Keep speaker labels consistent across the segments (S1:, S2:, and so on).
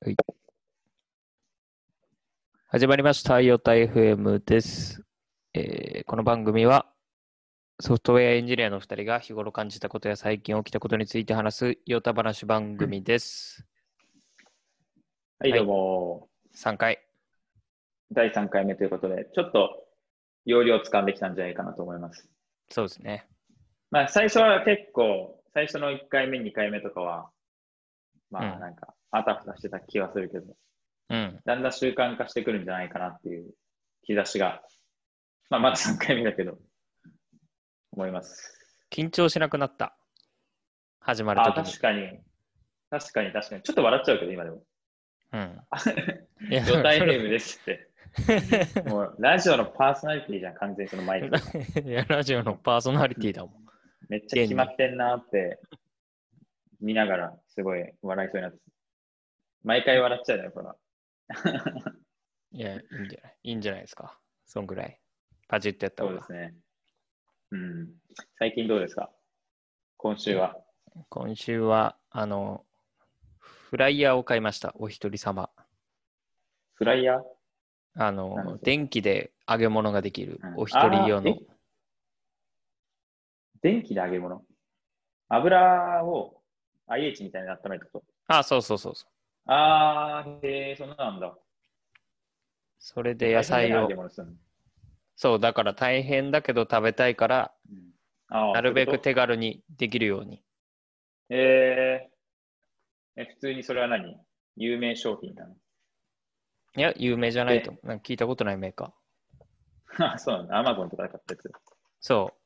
S1: はい。始まりました。イオタ FM です、えーこの番組はソフトウェアエンジニアの2人が日頃感じたことや最近起きたことについて話すイオタ話番組です。
S2: はい、
S1: はい
S2: どうも、
S1: 3回。
S2: 第3回目ということで、ちょっと要領をつかんできたんじゃないかなと思います。
S1: そうですね。
S2: まあ、最初は結構、最初の1回目、2回目とかは、ま
S1: う
S2: あ、
S1: ん
S2: なんか、あたふたしてた気はするけど、
S1: うん。
S2: だんだん習慣化してくるんじゃないかなっていう兆しが、まあ、まだ3回目だけど、思います。
S1: 緊張しなくなった。始まる
S2: あ、
S1: ときに
S2: 確。かに、確かに確かに、ちょっと笑っちゃうけど、今でも。
S1: うん。 いや
S2: 状態フームですって。もう、ラジオのパーソナリティじゃん、完全にそのマイク。
S1: いや ラジオのパーソナリティだもん。
S2: めっちゃ決まってんなーって見ながらすごい笑いそうになってた毎回笑っちゃうよ、これは。
S1: いや、いいんじゃないいいんじゃないですか。そんぐらい。パチッとやった
S2: そ
S1: 方
S2: うで
S1: が。
S2: すね。うん。最近どうですか今週は。
S1: 今週は、あの、フライヤーを買いました。お一人様。
S2: フライヤー
S1: あ
S2: なるほ
S1: の
S2: ど、
S1: 電気で揚げ物ができる
S2: うん。
S1: お一人用
S2: あ
S1: の
S2: ー。電気で揚げ物油を IH みたいに温めたと。
S1: あそうそうそうそう。
S2: あー、へー、そんななんだ。
S1: それで野
S2: 大
S1: 菜
S2: 変だね揚
S1: を
S2: げ。物するの
S1: そう、だから大変だけど食べたいから、
S2: うんあー
S1: なるべ
S2: そう
S1: く
S2: いうこと
S1: 手軽にできるように。
S2: えー、え普通にそれは何有名商品なの
S1: いや、有名じゃないと思う。なんか聞いたことないメーカー。
S2: あ、 そうなんだ。アマゾンとかで買ったやつ。
S1: そう。
S2: えー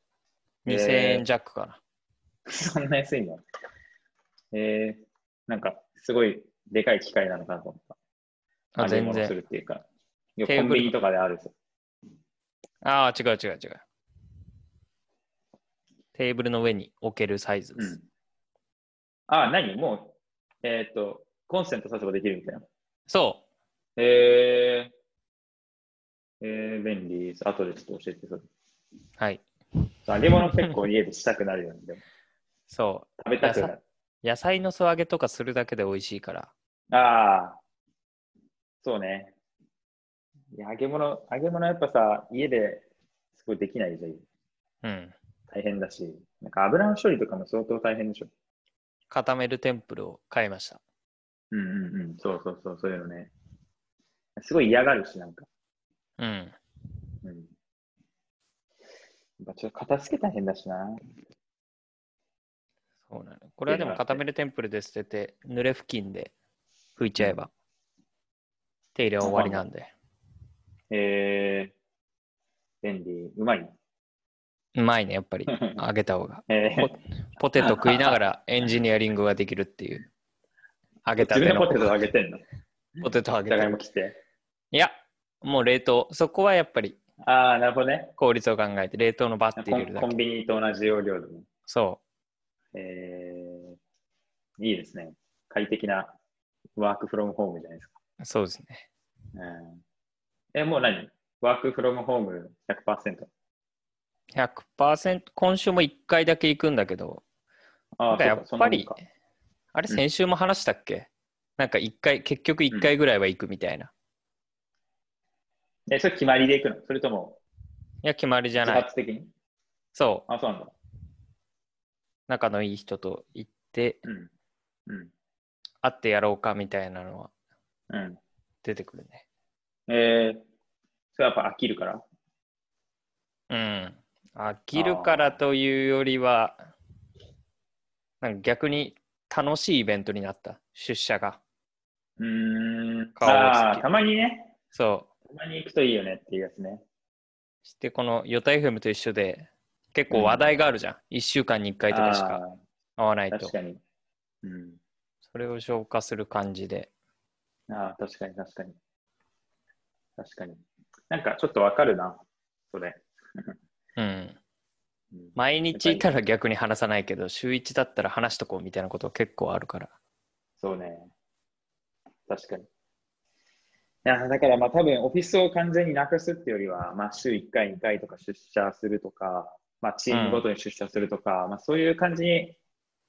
S1: 2000円弱かな。
S2: そんな安いのえー、なんか、すごいでかい機械なのかなと思っ
S1: あ
S2: た。揚げ
S1: 全
S2: 物す
S1: 然。
S2: るっていうか。いや
S1: テーブ
S2: コ
S1: ル
S2: ンビニとかであるぞ。
S1: ああ、違う違う違う。テーブルの上に置けるサイズ
S2: う
S1: です。
S2: ん。あ、何もう、えーっと、コンセントさせばできるみたいな。
S1: そ
S2: えー、えー、便利です。後でちょっと教えてそれ。
S1: う。はい。
S2: 揚げ物結構家でしたくなるよね。でも
S1: そ
S2: 食べたくなる。
S1: う。野菜の素揚げとかするだけで美味しいから。
S2: ああ、そうね。いや揚げ物、揚げ物やっぱさ、家ですごいできないじゃ
S1: う
S2: ん。
S1: ん。
S2: 大変だし、なんか油の処理とかも相当大変でしょ。
S1: 固めるテンプルを買いました。
S2: うんうんうん、そうそうそう、そういうのね。すごい嫌がるし、なんか。
S1: うん。
S2: うん。やっぱちょっと片付け大変だしな。
S1: そうなの。これはでも固めるテンプルで捨てて、濡れ布巾で拭いちゃえば、手入れは終わりなんで。
S2: えー、便利、うまい。
S1: うまいね、やっぱり。揚げた方が。
S2: えー、
S1: ポテト食いながらエンジニアリングができるっていう。揚げた
S2: 自
S1: て
S2: 分
S1: の
S2: でポテト揚げてんの
S1: ポテト揚
S2: じ
S1: げた
S2: ゃがい
S1: い
S2: も切って。
S1: や、もう冷凍。そこはやっぱり
S2: ああ、なるほどね。
S1: 効率を考えて冷凍のバッて
S2: コ
S1: 入れ
S2: ン
S1: るだ
S2: コン
S1: け。
S2: ビニと同じ要領でも。
S1: そ
S2: えー、いいですね。快適なワークフロムホームじゃないですか。
S1: う。そうですね。
S2: うんえ、もう何ワークフロムホーム100%。
S1: 100%、今週も1回だけ行くんだけど、
S2: あ
S1: なん
S2: あ、
S1: かやっぱり
S2: そうか、
S1: あれ
S2: うん
S1: 先週も話したっけ、なんか1回、結局1回ぐらいは行くみたいな。
S2: え、それ決まりでいくのそれとも、
S1: いや、決まりじゃ
S2: 自
S1: ない。
S2: 発的に
S1: そう。
S2: あ、そうなんだ。
S1: 仲のいい人と行って、
S2: うん。うん。
S1: 会ってやろうかみたいなのは
S2: うん。
S1: 出てくるね。
S2: えー、それはやっぱ飽きるから
S1: うん。飽きるからというよりは、なんか逆に楽しいイベントになった。出社が。
S2: うーん。
S1: 顔をつけ
S2: ああ、たまにね。
S1: そう。
S2: たまに行くといいよねっていうやつね。
S1: してこのヨタイフムと一緒で結構話題があるじゃん、一1週間に1回とかしか
S2: あ
S1: 会わな
S2: ー
S1: いと
S2: 確かに。うん。
S1: それを消化する感じで
S2: ああ、確かに確かに。確かに。なんかちょっとわかるな、それ。
S1: うん
S2: うん
S1: 毎日いたら逆に話さないけど週1だったら話しとこうみたいなこと結構あるから
S2: そうね。確かに。いや、だからまあ多分オフィスを完全になくすってよりは、まあ週1回、2回とか出社するとか、まあチームごとに出社するとか、まあそういう感じに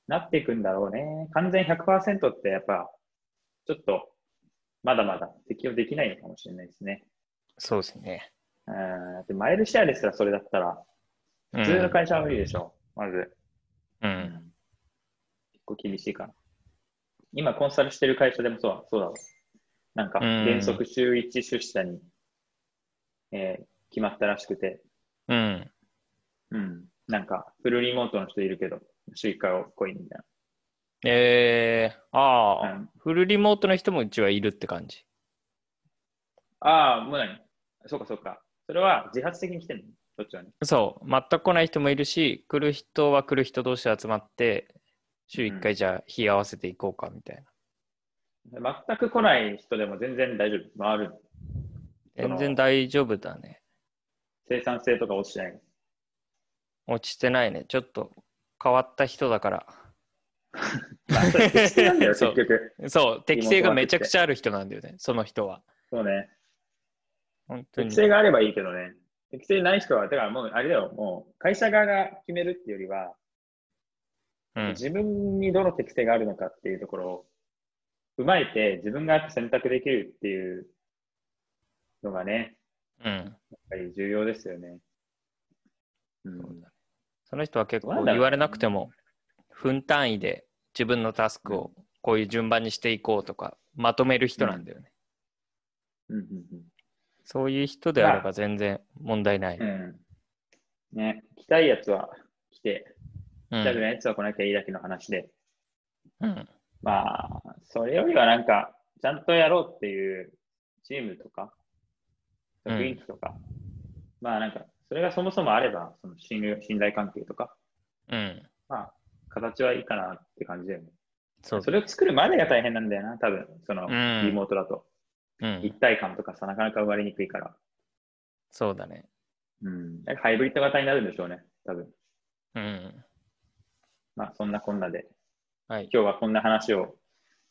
S2: なっていくんだろうね。完全100%ってやっぱ、ちょっとまだまだ適用できないのかもしれないですね。
S1: そうですね。
S2: うんでマイルシェアですらそれだったら、普通の会社は無理でしょう、まず。
S1: う。
S2: うん結構厳しいかな。今、コンサルしてる会社でもそうだそうだわなんか、
S1: うん
S2: 原則週1出社に、えー決まったらしくて、
S1: うん。
S2: うん、なんか、フルリモートの人いるけど、週1回を来いみたい
S1: えー、ああ、
S2: な。うん、
S1: フルリモートの人もうちはいるって感じ。
S2: ああ、もう何そうかそうか。それは自発的に来てるのどっちはね。
S1: そう、全く来ない人もいるし、来る人は来る人同士で集まって、週1回じゃあ日合わせていこうかみたいな。
S2: 全く来ない人でも全然大丈夫。回るの。その
S1: 全然大丈夫だね。
S2: 生産性とか落ちて ない。
S1: 落ちてないね。ちょっと変わった人だから。
S2: まあそれ適性なんだよ、
S1: そう
S2: 結局。
S1: そう、適性がめちゃくちゃある人なんだよね、その人は。
S2: そうね。
S1: 本当に
S2: 適。性があればいいけどね。適性ない人は、だからもう、あれだよ、もう、会社側が決めるっていうよりは、
S1: うん、
S2: 自分にどの適性があるのかっていうところを踏まえて、自分が選択できるっていうのがね、
S1: うん
S2: やっぱり重要ですよね。うん
S1: そうだねその人は結
S2: どうな
S1: 構
S2: んだろう
S1: 言われなくても、分単位で自分のタスクをこういう順番にしていこうとか、まとめる人なんだよね。
S2: うんうん
S1: そういう人であれば全然問題ない。
S2: うんうんね、来たいやつは来て、
S1: う
S2: 来たく
S1: ん
S2: ないやつは来なきゃいいだけの話で、
S1: うん
S2: まあ、それよりはなんか、ちゃんとやろうっていうチームとか、
S1: うん
S2: 雰囲気とか、まあなんか、それがそもそもあれば、その信頼信頼関係とか、
S1: うん
S2: まあ、形はいいかなって感じだよね。
S1: そう
S2: それを作るまでが大変なんだよな、多分、そ
S1: う
S2: の、
S1: ん
S2: リモートだと。
S1: うん
S2: 一体感とかさ、なかなか生まれにくいから。
S1: そうだね。
S2: うん。なんかハイブリッド型になるんでしょうね、多分。
S1: うん。
S2: まあ、そんなこんなで、
S1: はい。
S2: 今日はこんな話を、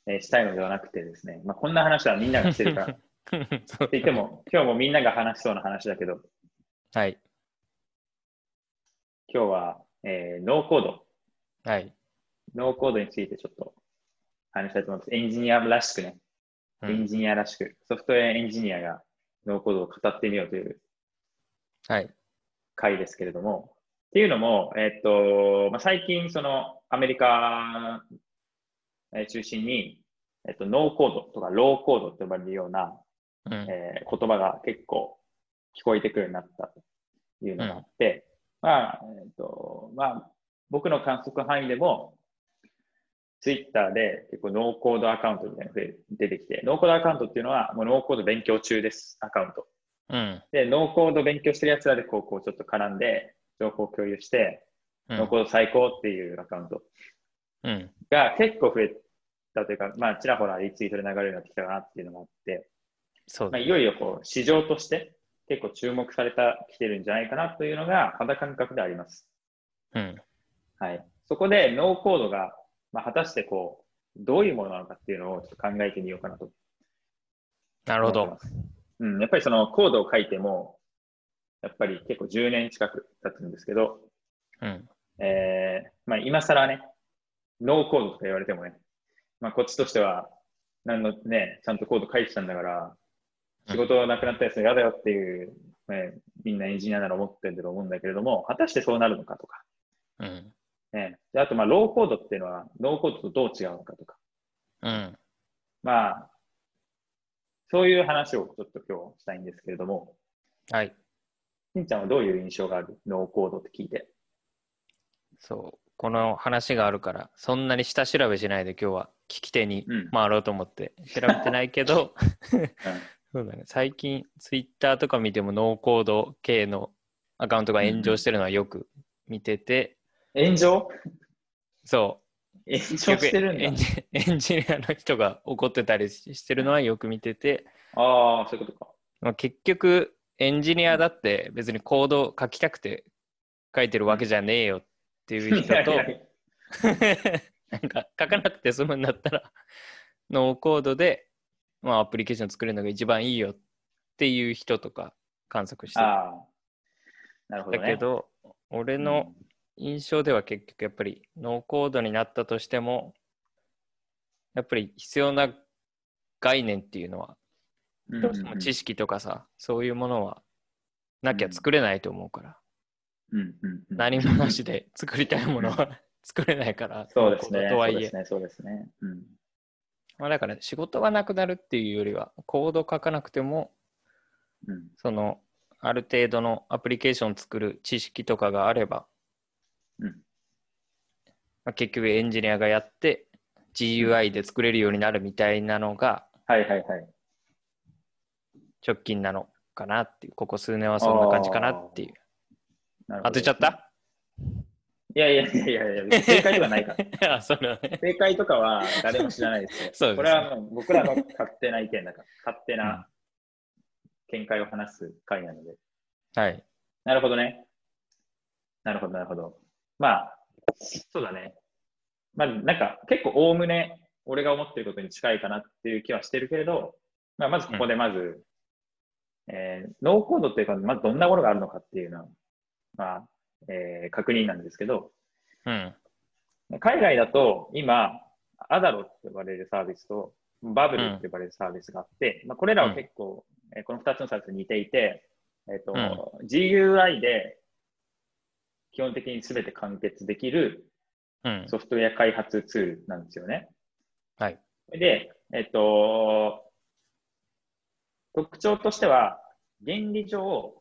S2: えーしたいのではなくてですね、まあ、こんな話はみんながしてるから、
S1: そう
S2: って言っても、今日もみんなが話しそうな話だけど、
S1: はい。
S2: 今日は、えーノーコード、
S1: はい。
S2: ノーコードについてちょっと話したいと思います。エンジニアらしくね、
S1: う
S2: エン
S1: ん
S2: ジニアらしく、ソフトウェアエンジニアがノーコードを語ってみようという
S1: はい。
S2: 回ですけれども、っていうのも、えーっと、まあ、最近、その、アメリカえー中心に、えーっと、ノーコードとかローコードって呼ばれるような、
S1: うん
S2: えー言葉が結構聞こえてくるようになったというのがあって、まあ、えっ、と、まあ、僕の観測範囲でも、ツイッターで結構ノーコードアカウントみたいなのが出てきて、ノーコードアカウントっていうのは、もうノーコード勉強中です、アカウント。
S1: うん
S2: で、ノーコード勉強してるやつらでこう、こうちょっと絡んで、情報共有して、
S1: うん
S2: ノーコード最高っていうアカウント
S1: うん
S2: が結構増えたというか、まあ、ちらほらリツイートで流れるようになってきたかなっていうのがあって、
S1: そう
S2: ま
S1: だ
S2: あ、いよいよこう市場として結構注目されたきてるんじゃないかなというのが肌感覚であります。
S1: うん
S2: はい、そこでノーコードが、まあ、果たしてこうどういうものなのかっていうのをちょっと考えてみようかなと
S1: なる
S2: 思
S1: ほ
S2: って
S1: ど
S2: ま。す。うん、やっぱりそのコードを書いてもやっぱり結構10年近く経つんですけど、
S1: うん
S2: えーまあ、今更ねノーコードとか言われてもね、まあ、こっちとしては何のねちゃんとコード書いてたんだから仕事がなくなったやつ嫌だよっていう、ね、みんなエンジニアなら思ってると思うんだけれども、果たしてそうなるのかとか、
S1: うん
S2: ね、であと、まあ、ローコードっていうのは、ノーコードとどう違うのかとか、
S1: うん
S2: まあ、そういう話をちょっと今日したいんですけれども、
S1: はい。
S2: しんちゃんはどういう印象があるノーコードって聞いて。
S1: そう。この話があるから、そんなに下調べしないで今日は聞き手に
S2: うん
S1: 回ろうと思って、調べてないけ ど、そうだね、最近ツイッターとか見てもノーコード系のアカウントが炎上してるのはよく見てて、
S2: 炎上
S1: そう、
S2: 炎上
S1: よく
S2: してるん
S1: エン
S2: だ。
S1: ジ エンジニアの人が怒ってたりししてるのはよく見てて、
S2: ああ、そういうことか。
S1: まあ、結局エンジニアだって別にコード書きたくて書いてるわけじゃねえよっていう人 と なんか書かなくて済むんだったらノーコードで、まあ、アプリケーション作るのが一番いいよっていう人とか観測してた
S2: ああ、なるほど、ね。
S1: けど俺の
S2: うん
S1: 印象では結局やっぱりノーコードになったとしてもやっぱり必要な概念っていうのは、
S2: うん
S1: どうしても知識とかさ、そういうものはなきゃ作れないと思うから、
S2: うんうんうん
S1: 何もなしで作りたいものは 作れないから、
S2: そうですね。
S1: 行動とはいえ
S2: そうですね。そうですね。うん。
S1: まあ、だから仕事がなくなるっていうよりは、コード書かなくても、
S2: うん。
S1: その、ある程度のアプリケーション作る知識とかがあれば、
S2: うん
S1: まあ、結局エンジニアがやって、GUI で作れるようになるみたいなのが
S2: はいはいはい。
S1: 直近なのかなっていう、ここ数年はそんな感じかなっていう。
S2: なるほ
S1: 当
S2: ど
S1: てちゃった
S2: いやいやいやいやいや、別に正解ではないから。
S1: ら。あ、そうだね。
S2: 正解とかは誰も知らないで
S1: そ
S2: すよ。
S1: うですね
S2: これはもう僕らの勝手な意見だから、勝手な見解を話す回なので。
S1: はい。
S2: なるほどね。なるほど、なるほど。まあ、そうだね。まあ、なんか結構おおむね俺が思ってることに近いかなっていう気はしてるけれど、まあ、まずここでまず、えーノーコードっていうか、まずどんなものがあるのかっていうのは、まあえー確認なんですけど、
S1: うん。
S2: 海外だと今、アダロって呼ばれるサービスと、バブルって呼ばれるサービスがあって、まあ、これらは結構、えーこの2つのサービスに似ていて、えっと
S1: う
S2: GUI で基本的に全て完結できる
S1: うん。
S2: ソフトウェア開発ツールなんですよね。
S1: はい。
S2: で、えっと、特徴としては、原理上、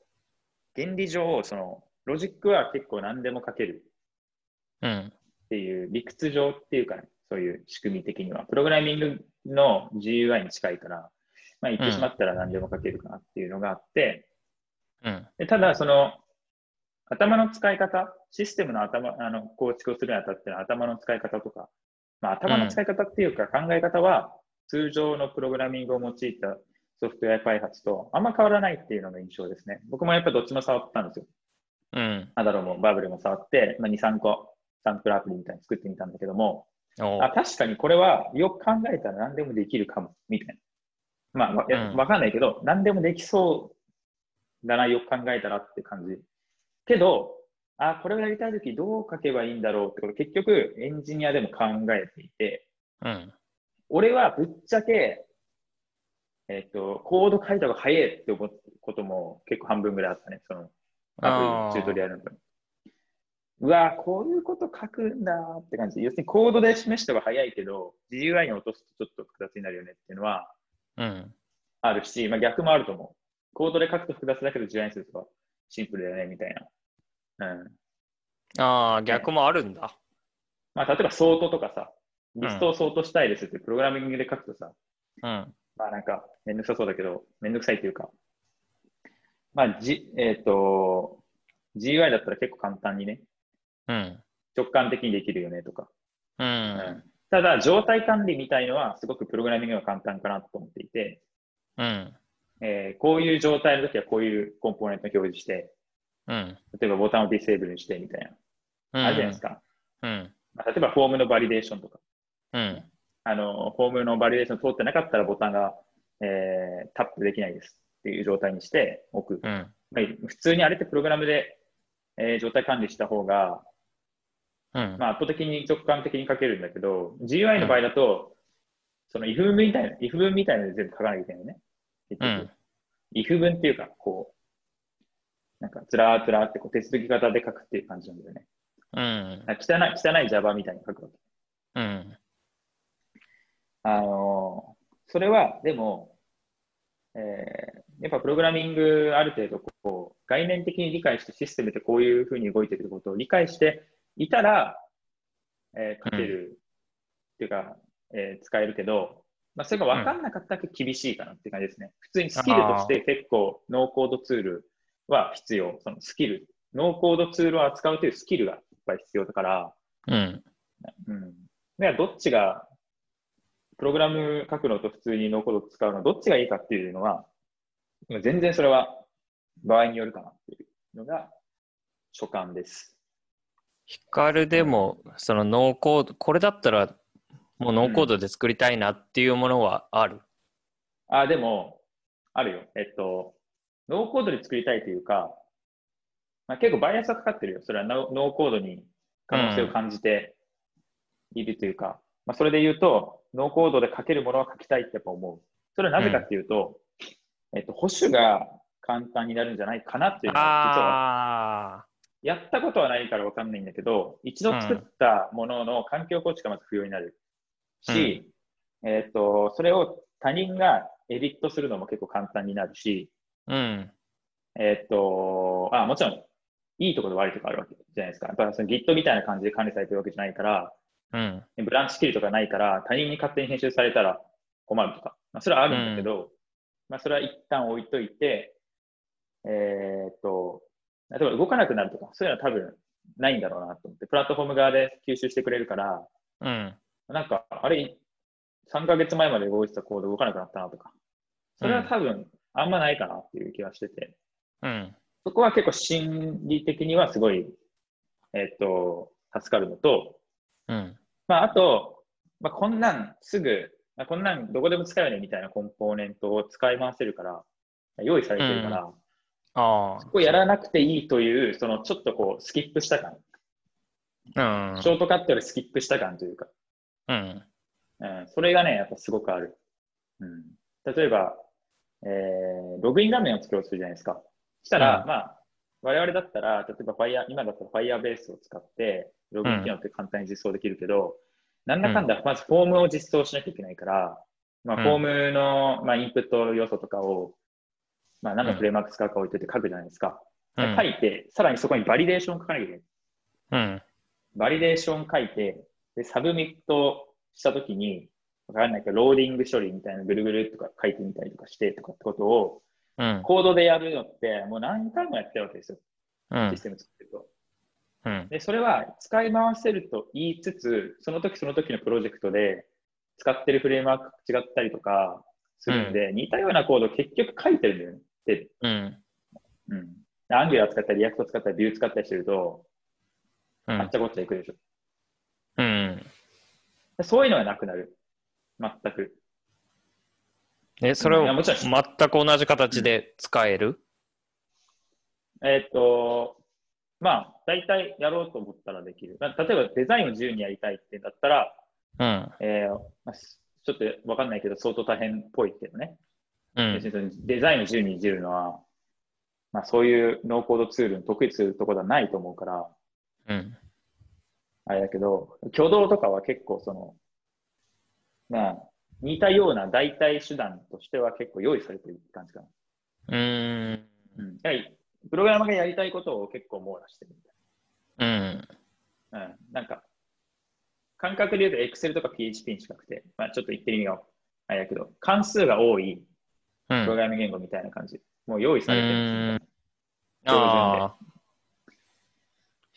S2: 原理上、その、ロジックは結構何でも書ける
S1: うん。
S2: っていう理屈上っていうか、ね、そういう仕組み的には、プログラミングの GUI に近いから、まあ、言ってしまったら何でも書けるかなっていうのがあって、
S1: うん。
S2: でただ、その、頭の使い方、システムの頭あの構築をするにあたっての頭の使い方とか、まあ、頭の使い方っていうか考え方は、通常のプログラミングを用いたソフトウェア開発とあんま変わらないっていうのが印象ですね。僕もやっぱどっちも触ったんですよ。
S1: うん。
S2: アダロもバブルも触って、まあ、2、3個、サンプルアプリみたいに作ってみたんだけども、
S1: お
S2: あ確かにこれはよく考えたら何でもできるかも、みたいな。まあ、わいや
S1: うん
S2: わかんないけど、何でもできそうだな、よく考えたらって感じ。けど、あ、これをやりたいときどう書けばいいんだろうって、これ結局エンジニアでも考えていて、
S1: うん。
S2: 俺はぶっちゃけ、えっと、コード書いた方が早いって思ったことも結構半分ぐらいあったね。そのアプリチュートリアルの時うわーこういうこと書くんだーって感じ。要するにコードで示した方が早いけど、GUI に落とすとちょっと複雑になるよねっていうのは
S1: うん。
S2: あるし、まあ、逆もあると思う。コードで書くと複雑だけど GUI にするとシンプルだよねみたいな。うん。
S1: ああ、逆もあるんだ。
S2: まあ、例えばソートとかさ、リストをソートしたいですってプログラミングで書くとさ、
S1: うん。
S2: まあなんかめんどくさそうだけど、めんどくさいっていうか、まあ、じえっ、と、GUI だったら結構簡単にね、
S1: うん。
S2: 直感的にできるよねとか、
S1: う
S2: うん
S1: ん。
S2: ただ、状態管理みたいのは、すごくプログラミングが簡単かなと思っていて、
S1: うん。
S2: えーこういう状態の時はこういうコンポーネントを表示して、
S1: うん。
S2: 例えばボタンをディセーブルにしてみたいな、
S1: うん。
S2: あるじゃないですか。
S1: うん。
S2: まあ、例えば、フォームのバリデーションとか、
S1: うん。
S2: あの、フォームのバリデーション通ってなかったらボタンが、えータップできないですっていう状態にしておく。
S1: うん。
S2: まあ普通にあれってプログラムで、えー状態管理した方が、
S1: うん。
S2: まあ、圧倒的に直感的に書けるんだけど、GUI の場合だと、その if 文みたいな、if 文みたいなので全部書かなきゃいけないのね。結局
S1: うん。
S2: if 文っていうか、こう、なんか、つらーつらーってこう手続き型で書くっていう感じなんだよね。
S1: うん。
S2: なんか汚い、汚い Java みたいに書くわけ。
S1: うん。
S2: あのーそれは、でも、えーやっぱプログラミングある程度こう概念的に理解してシステムってこういうふうに動いてることを理解していたら、えー書ける、っていうか、えー使えるけど、まあ、それが分かんなかっただけ厳しいかなって感じですね。普通にスキルとして結構ノーコードツールは必要。そのスキル、ノーコードツールを扱うというスキルがいっぱい必要だから、
S1: うん。
S2: うん。ではどっちが、プログラム書くのと普通にノーコード使うの、どっちがいいかっていうのは、全然それは場合によるかなっていうのが、所感です。
S1: ヒカルでも、そのノーコード、これだったら、もうノーコードで作りたいなっていうものはある。
S2: あ、でも、あるよ。えっと、ノーコードで作りたいというか、まあ、結構バイアスがかかってるよ。それはノノーコードに可能性を感じているというか、まあ、それで言うと、ノーコードで書けるものは書きたいってやっぱ思う。それはなぜかっていうと、えっと、保守が簡単になるんじゃないかなっていうのは、実
S1: あ
S2: は、
S1: あ。
S2: やったことはないからわかんないんだけど、一度作ったものの環境構築がまず不要になるし、えっと、それを他人がエディットするのも結構簡単になるし、
S1: うん。
S2: えっと、あ、もちろん、いいところと悪いところあるわけじゃないですか。やっぱその Git みたいな感じで管理されてるわけじゃないから、
S1: うん。
S2: ブランチキルとかないから、他人に勝手に編集されたら困るとか、まあ、それはあるんだけど、まあ、それは一旦置いといて、えーっと、例えば動かなくなるとか、そういうのは多分ないんだろうなと思って、プラットフォーム側で吸収してくれるから、
S1: うん。
S2: なんか、あれ、3ヶ月前まで動いてたコード動かなくなったなとか、それは多分あんまないかなっていう気がしてて、
S1: うん。
S2: そこは結構心理的にはすごい、えっと、助かるのと、
S1: うん。
S2: まあ、あと、まあ、こんなんすぐ、まあ、こんなんどこでも使えるねみたいなコンポーネントを使い回せるから、用意されてるから、
S1: あ
S2: そこをやらなくていいという、そのちょっとこう、スキップした感、
S1: あ。うん
S2: シ。ョートカットよりスキップした感というか、
S1: うん。
S2: うん、それがね、やっぱすごくある。うん、例えば、えーログイン画面を作ろうとするじゃないですか。したら、
S1: うん
S2: まあ、我々だったら、例えば Fire、今だったら Firebase を使って、ログイン機能って簡単に実装できるけど、なんだかんだ、まずフォームを実装しなきゃいけないから、まあ、
S1: うん
S2: フォームの、まあ、インプット要素とかを、まあ、何のフレームワーク使うか置いといて書くじゃないですか。
S1: うん
S2: 書いて、さらにそこにバリデーション書かなきゃいけない。
S1: うん。
S2: バリデーション書いて、で、サブミットしたときに、わかんないけど、ローディング処理みたいなぐるぐるとか書いてみたりとかしてとかってことを、
S1: うん。
S2: コードでやるのって、もう何回もやってるわけですよ。
S1: うん
S2: シス。テム作ってると。
S1: うん。
S2: で、それは使い回せると言いつつ、その時その時のプロジェクトで使ってるフレームワーク違ったりとかするんで、似たようなコードを結局書いてるんだよね。で、
S1: うん。
S2: うん。アンギュラー使ったり、リアクト使ったり、ビュー使ったりしてると、
S1: う
S2: あっ
S1: ん
S2: ち。ゃこっちゃいくでしょ。
S1: うん。
S2: でそういうのはなくなる。全く。
S1: え、それを
S2: いやもちろん
S1: 全く同じ形で使える
S2: えーっと、まあ、大体やろうと思ったらできる。まあ例えばデザインを自由にやりたいってだったら、
S1: うん。
S2: えーまあ、しちょっとわかんないけど、相当大変っぽいけどね。
S1: う
S2: 別
S1: ん。
S2: にそのデザインを自由にいじるのは、まあ、そういうノーコードツールの得意するところではないと思うから、
S1: うん。
S2: あれだけど、挙動とかは結構その、まあ、似たような代替手段としては結構用意されてる感じかな。
S1: うん。
S2: うん。やはりプログラマーがやりたいことを結構網羅してるみたいな。
S1: うん。
S2: うんなんか、感覚で言うと Excel とか PHP に近くて、まあ、ちょっと言ってる意味があれだけど、関数が多い
S1: う
S2: プロ
S1: ん。
S2: グラミング言語みたいな感じ。もう用意されてるんですよ
S1: ああ。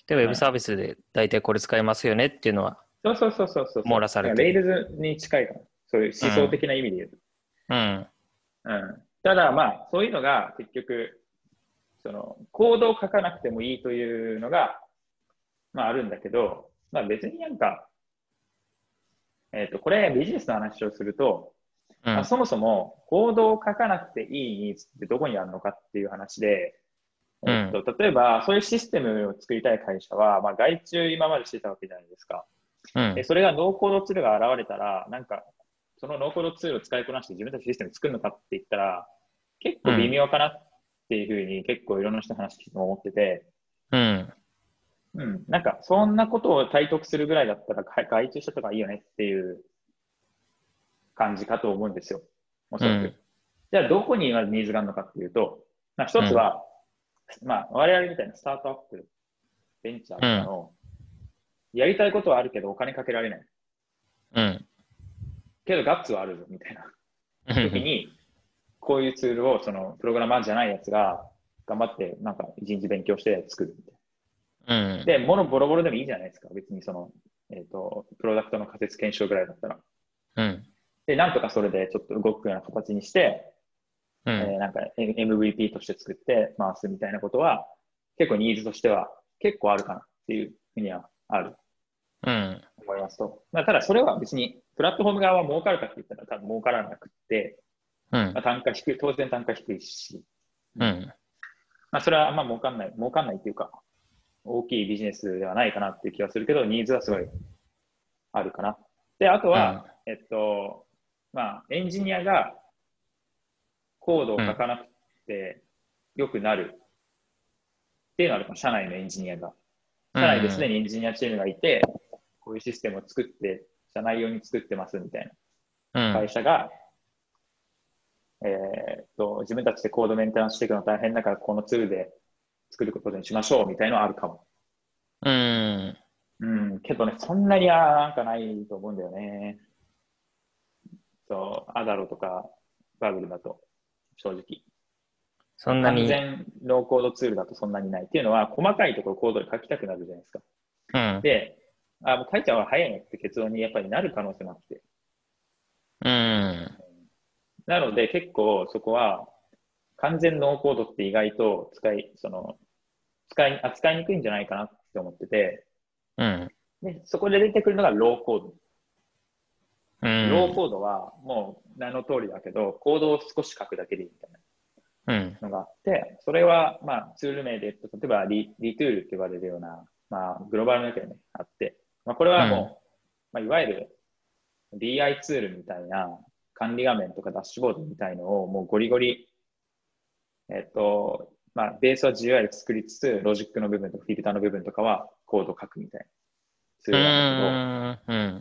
S1: で、ウェブサービスで大体これ使いますよねっていうのは。
S2: そうそうそうそうそう。
S1: 網羅されて
S2: る。レイルズに近いかな。そういう思想的な意味で言うと。
S1: うん。
S2: うんただまあ、そういうのが結局、その、コードを書かなくてもいいというのが、まああるんだけど、まあ別になんか、えっ、と、これビジネスの話をすると、
S1: うん
S2: まあ、そもそも行動を書かなくていいニーズってどこにあるのかっていう話で、
S1: うん
S2: えっと、例えばそういうシステムを作りたい会社は、まあ、外注今までしてたわけじゃないですか。
S1: うん
S2: でそれがノーコードツールが現れたら、なんかそのノーコードツールを使いこなして自分たちシステム作るのかって言ったら、結構微妙かなっていうふうに結構いろんな人の話聞いても思ってて、
S1: うん。
S2: うん、なんかそんなことを体得するぐらいだったら外外注したとかいいよねっていう感じかと思うんですよ。おそらく。
S1: うん
S2: じゃあどこに今ニーズがあるのかっていうと、まあ、一つは、まあ我々みたいなスタートアップ、ベンチャーとかの、やりたいことはあるけどお金かけられない。
S1: うん。
S2: けどガッツはあるぞみたいな
S1: う
S2: 時
S1: ん。
S2: に、こういうツールをそのプログラマーじゃないやつが頑張ってなんか一日勉強して作るみたいな。
S1: うん。
S2: で、ものボロボロでもいいじゃないですか。別にその、えっ、と、プロダクトの仮説検証ぐらいだったら。
S1: うん。
S2: で、なんとかそれでちょっと動くような形にして、
S1: う
S2: え
S1: ん。
S2: ーなんか M- MVP として作って回すみたいなことは、結構ニーズとしては結構あるかなっていうふうにはある
S1: うん。
S2: と思いますと。まあ、ただそれは別に、プラットフォーム側は儲かるかって言ったら多分儲からなくって、
S1: うん
S2: まあ、。単価低い、当然単価低いし、
S1: うん。
S2: まあ、それはあんま儲かんない、儲かんないっていうか、大きいビジネスではないかなっていう気はするけど、ニーズはすごいあるかな。で、あとは、えっと、まあ、エンジニアがコードを書かなくて良くなるっていうのはあるかも、社内のエンジニアが。社内ですでにエンジニアチームがいて、こういうシステムを作って、社内用に作ってますみたい
S1: うん
S2: な会社が、えーっと、自分たちでコードメンテナンスしていくの大変だから、このツールで作ることにしましょうみたいなのはあるかも。
S1: うん。
S2: うん、けどね、そんなにはなんかないと思うんだよね。そう、アダロとかバーグルだと、正直。
S1: そんな
S2: 完
S1: に。
S2: 全ノーコードツールだとそんなにないっていうのは、細かいところコードで書きたくなるじゃないですか。
S1: うん。
S2: で、あ、もう書いちゃうは早いねって結論にやっぱりなる可能性もあって。
S1: うん。
S2: なので結構そこは、完全ノーコードって意外と使い、その、使い、扱いにくいんじゃないかなって思ってて、
S1: うん。
S2: で、そこで出てくるのがローコード。
S1: うん。
S2: ローコードはもう名の通りだけど、コードを少し書くだけでいいみたい
S1: うん。
S2: なのがあって、それはまあツール名で言うと、例えばリリトゥールって言われるような、まあグローバルなやつがね、あって、まあこれはもう、まあいわゆる BI ツールみたいな管理画面とかダッシュボードみたいのをもうゴリゴリ、えっと、まあベースは GUI で作りつつ、ロジックの部分とかフィルターの部分とかはコードを書くみたいなツー
S1: う
S2: ルなんだけど、
S1: ん。うん。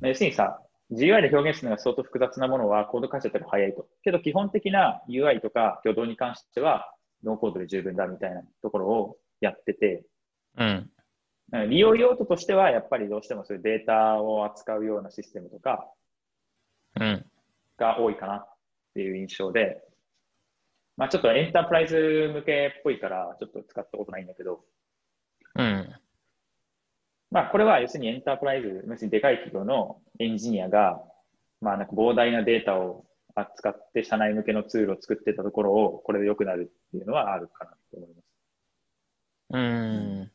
S2: まあ要するにさ、GUI で表現するのが相当複雑なものはコード書いちゃったら早いと。けど基本的な UI とか挙動に関してはノーコードで十分だみたいなところをやってて、
S1: うん。
S2: うん利用用途としてはやっぱりどうしてもそういうデータを扱うようなシステムとか
S1: うん。
S2: が多いかなっていう印象で、まあちょっとエンタープライズ向けっぽいからちょっと使ったことないんだけど、
S1: うん。
S2: まあこれは要するにエンタープライズ、要するにでかい企業のエンジニアが、まあなんか膨大なデータを扱って社内向けのツールを作ってたところをこれで良くなるっていうのはあるかなと思います。
S1: うん。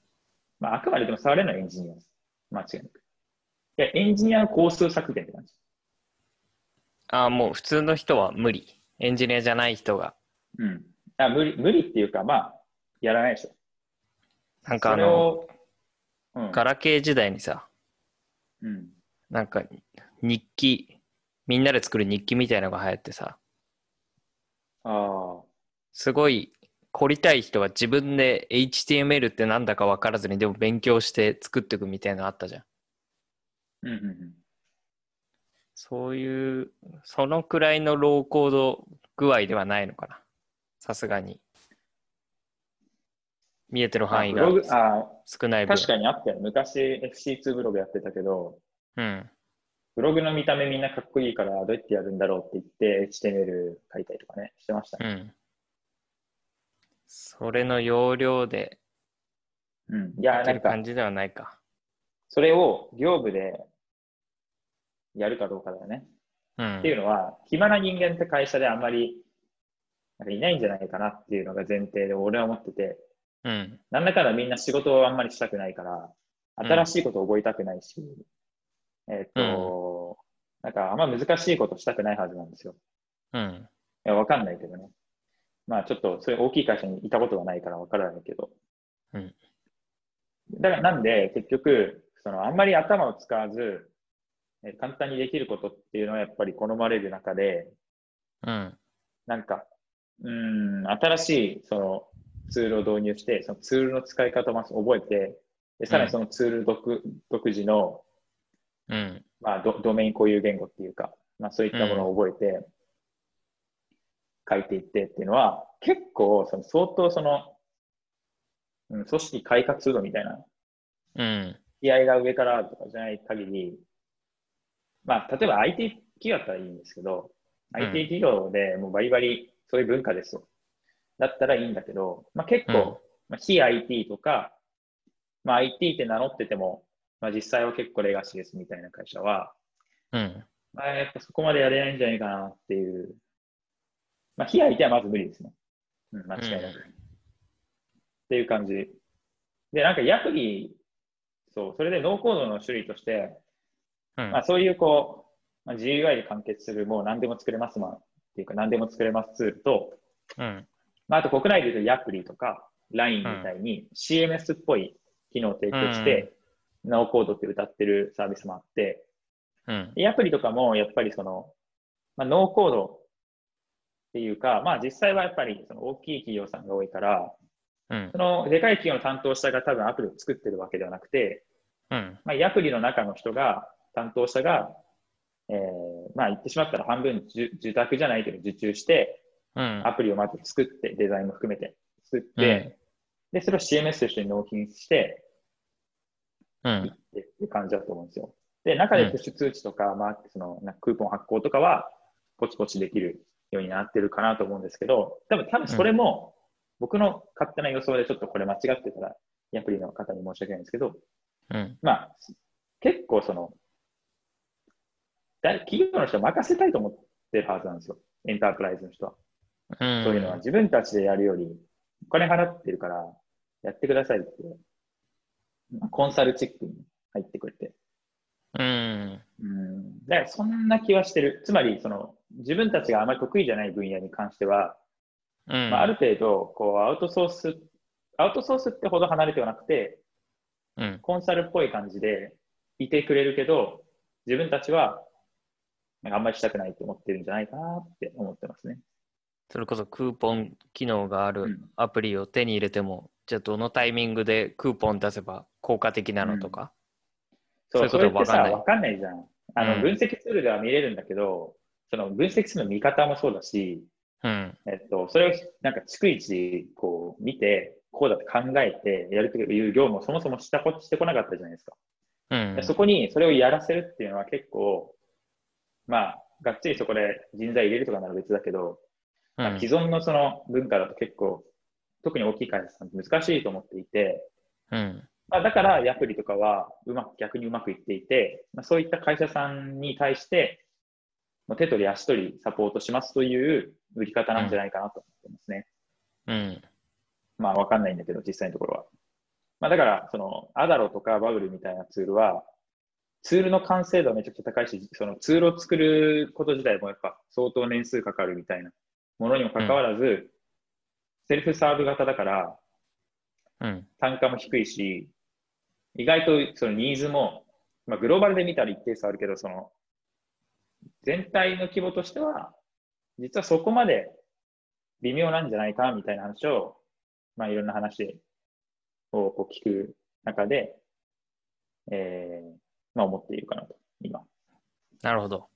S2: まああくまででも触れないエンジニアです。間違いなく。いや、エンジニアの工数削減って感じ。
S1: ああ、もう普通の人は無理。エンジニアじゃない人が。
S2: うん。あ無理、無理っていうか、まあ、やらないでしょ。
S1: なんか
S2: そ
S1: あ
S2: れ
S1: の、
S2: を、うん。
S1: ガラケー時代にさ、
S2: うん。
S1: なんか日記、みんなで作る日記みたいなのが流行ってさ、
S2: ああ。
S1: すごい凝りたい人は自分で HTML ってなんだか分からずにでも勉強して作っていくみたいなのあったじゃん。
S2: うんうんうん。
S1: そういう、そのくらいのローコード具合ではないのかな。さすがに。見えてる範囲
S2: ブ
S1: が
S2: ログ、あ
S1: 少ない
S2: あ、
S1: 分。
S2: 確かにあったよ。昔 FC2 ブログやってたけど、
S1: うん。
S2: ブログの見た目みんなかっこいいからどうやってやるんだろうって言って HTML 書いたりとかね、してました
S1: う
S2: ね。
S1: ん。それの容量で、
S2: うん。いや、
S1: いけ
S2: なん
S1: る
S2: か
S1: 感、じではないか。
S2: それを業務でやるかどうかだよね。
S1: うん
S2: っていうのは、暇な人間って会社であんまりなんかいないんじゃないかなっていうのが前提で俺は思ってて、
S1: うん。
S2: なんだかんだみんな仕事をあんまりしたくないから、新しいことを覚えたくないし、えっと、なんかあんま難しいことしたくないはずなんですよ。
S1: うん。
S2: いや、わかんないけどね。まあちょっと、そういう大きい会社にいたことがないからわからないけど。
S1: うん
S2: だから、なんで、結局、その、あんまり頭を使わず、え簡単にできることっていうのはやっぱり好まれる中で、
S1: うん。
S2: なんか、うーん、新しい、その、ツールを導入して、そのツールの使い方をまず覚えて、でさらにそのツール独独自の、
S1: うん。
S2: まあド、ドメイン固有言語っていうか、まあ、そういったものを覚えて、書いていってっていうのは、結構、その相当その、うん、組織改革するみたいな、
S1: うん。
S2: 気合が上からとかじゃない限り、まあ、例えば IT 企業だったらいいんですけど、
S1: うん
S2: IT 企業でもうバリバリそういう文化ですよ。だったらいいんだけど、まあ、結構、
S1: うん
S2: まあ、非 IT とか、まあ、IT って名乗ってても、まあ、実際は結構レガシーですみたいな会社は、
S1: うん。
S2: まあ、やっぱそこまでやれないんじゃないかなっていう。まあ、非相手はまず無理ですね。うん、間違いなく。
S1: うん
S2: っていう感じ。で、なんかヤフリそう、それでノーコードの種類として、
S1: うん
S2: まあ、そういうこう、まあ、GUI で完結する、もう何でも作れますまんっていうか、何でも作れますツールと、
S1: うん。
S2: まあ、あと国内で言うとヤプリとか LINE みたいに CMS っぽい機能を提供して、ノーコードって歌ってるサービスもあって、
S1: うん。
S2: でアプリとかも、やっぱりその、まあ、ノーコードっていうか、まあ実際はやっぱりその大きい企業さんが多いから、
S1: うん
S2: そ。のでかい企業の担当者が多分アプリを作ってるわけではなくて、
S1: うん。
S2: まあ、アプリの中の人が、担当者が、えーまあ言ってしまったら半分受受託じゃないけど受注して、
S1: うん。
S2: アプリをまず作って、デザインも含めて作って、
S1: うん
S2: で、それを CMS として納品して、
S1: うん。
S2: っていう感じだと思うんですよ。で、中でプッシュ通知とか、まあ、そのなんかクーポン発行とかは、ポチポチできるようになってるかなと思うんですけど、多分、多分それも、僕の勝手な予想でちょっとこれ間違ってたら、アプリの方に申し訳ないんですけど、
S1: うん。
S2: まあ、結構その、だ企業の人は任せたいと思ってるはずなんですよ。エンタープライズの人は。
S1: うん。
S2: そういうのは自分たちでやるより、お金払ってるから、やってくださいって、まあコンサルチックに入ってくれて。
S1: うん。
S2: うん。だからそんな気はしてる。つまり、その、自分たちがあまり得意じゃない分野に関しては、
S1: うん。
S2: まあ、ある程度、こう、アウトソース、アウトソースってほど離れてはなくて、
S1: うん。
S2: コンサルっぽい感じでいてくれるけど、自分たちは、なんかあんまりしたくないと思ってるんじゃないかなって思ってますね。
S1: それこそクーポン機能があ
S2: う
S1: る
S2: ん
S1: アプリを手に入れても、じゃあどのタイミングでクーポン出せば効果的なのとか。
S2: そう、
S1: そ
S2: そう
S1: い
S2: れ
S1: う
S2: っ
S1: こと
S2: て
S1: は
S2: さ、
S1: 分かんない
S2: わかんないじゃん。あ
S1: うん
S2: の、分析ツールでは見れるんだけど、その分析する見方もそうだし、
S1: うん。
S2: えっと、それをなんか逐一こう見て、こうだって考えてやるという業務をそもそもしたこしてこなかったじゃないですか。
S1: うん
S2: で。そこにそれをやらせるっていうのは結構、まあ、がっつりそこで人材入れるとかなら別だけど、
S1: うん
S2: まあ既存のその文化だと結構、特に大きい会社さんって難しいと思っていて、
S1: うん。
S2: まあ、だからアプリとかはうまく逆にうまくいっていて、まあ、そういった会社さんに対して、まあ手取り足取りサポートしますという売り方なんじゃないかなと思ってますね。
S1: うん。
S2: まあ、わかんないんだけど、実際のところは。まあ、だから、その、アダロとかバブルみたいなツールは、ツールの完成度はめちゃくちゃ高いし、そのツールを作ること自体もやっぱ相当年数かかるみたいなものにもかかわらず、セルフサーブ型だから
S1: うん。
S2: 単価も低いし、意外とそのニーズも、まあ、グローバルで見たら一定差あるけど、その、全体の規模としては、実はそこまで微妙なんじゃないかみたいな話を、まあ、いろんな話をこう聞く中で、えーまあ、思っているかなと、今。
S1: なるほど。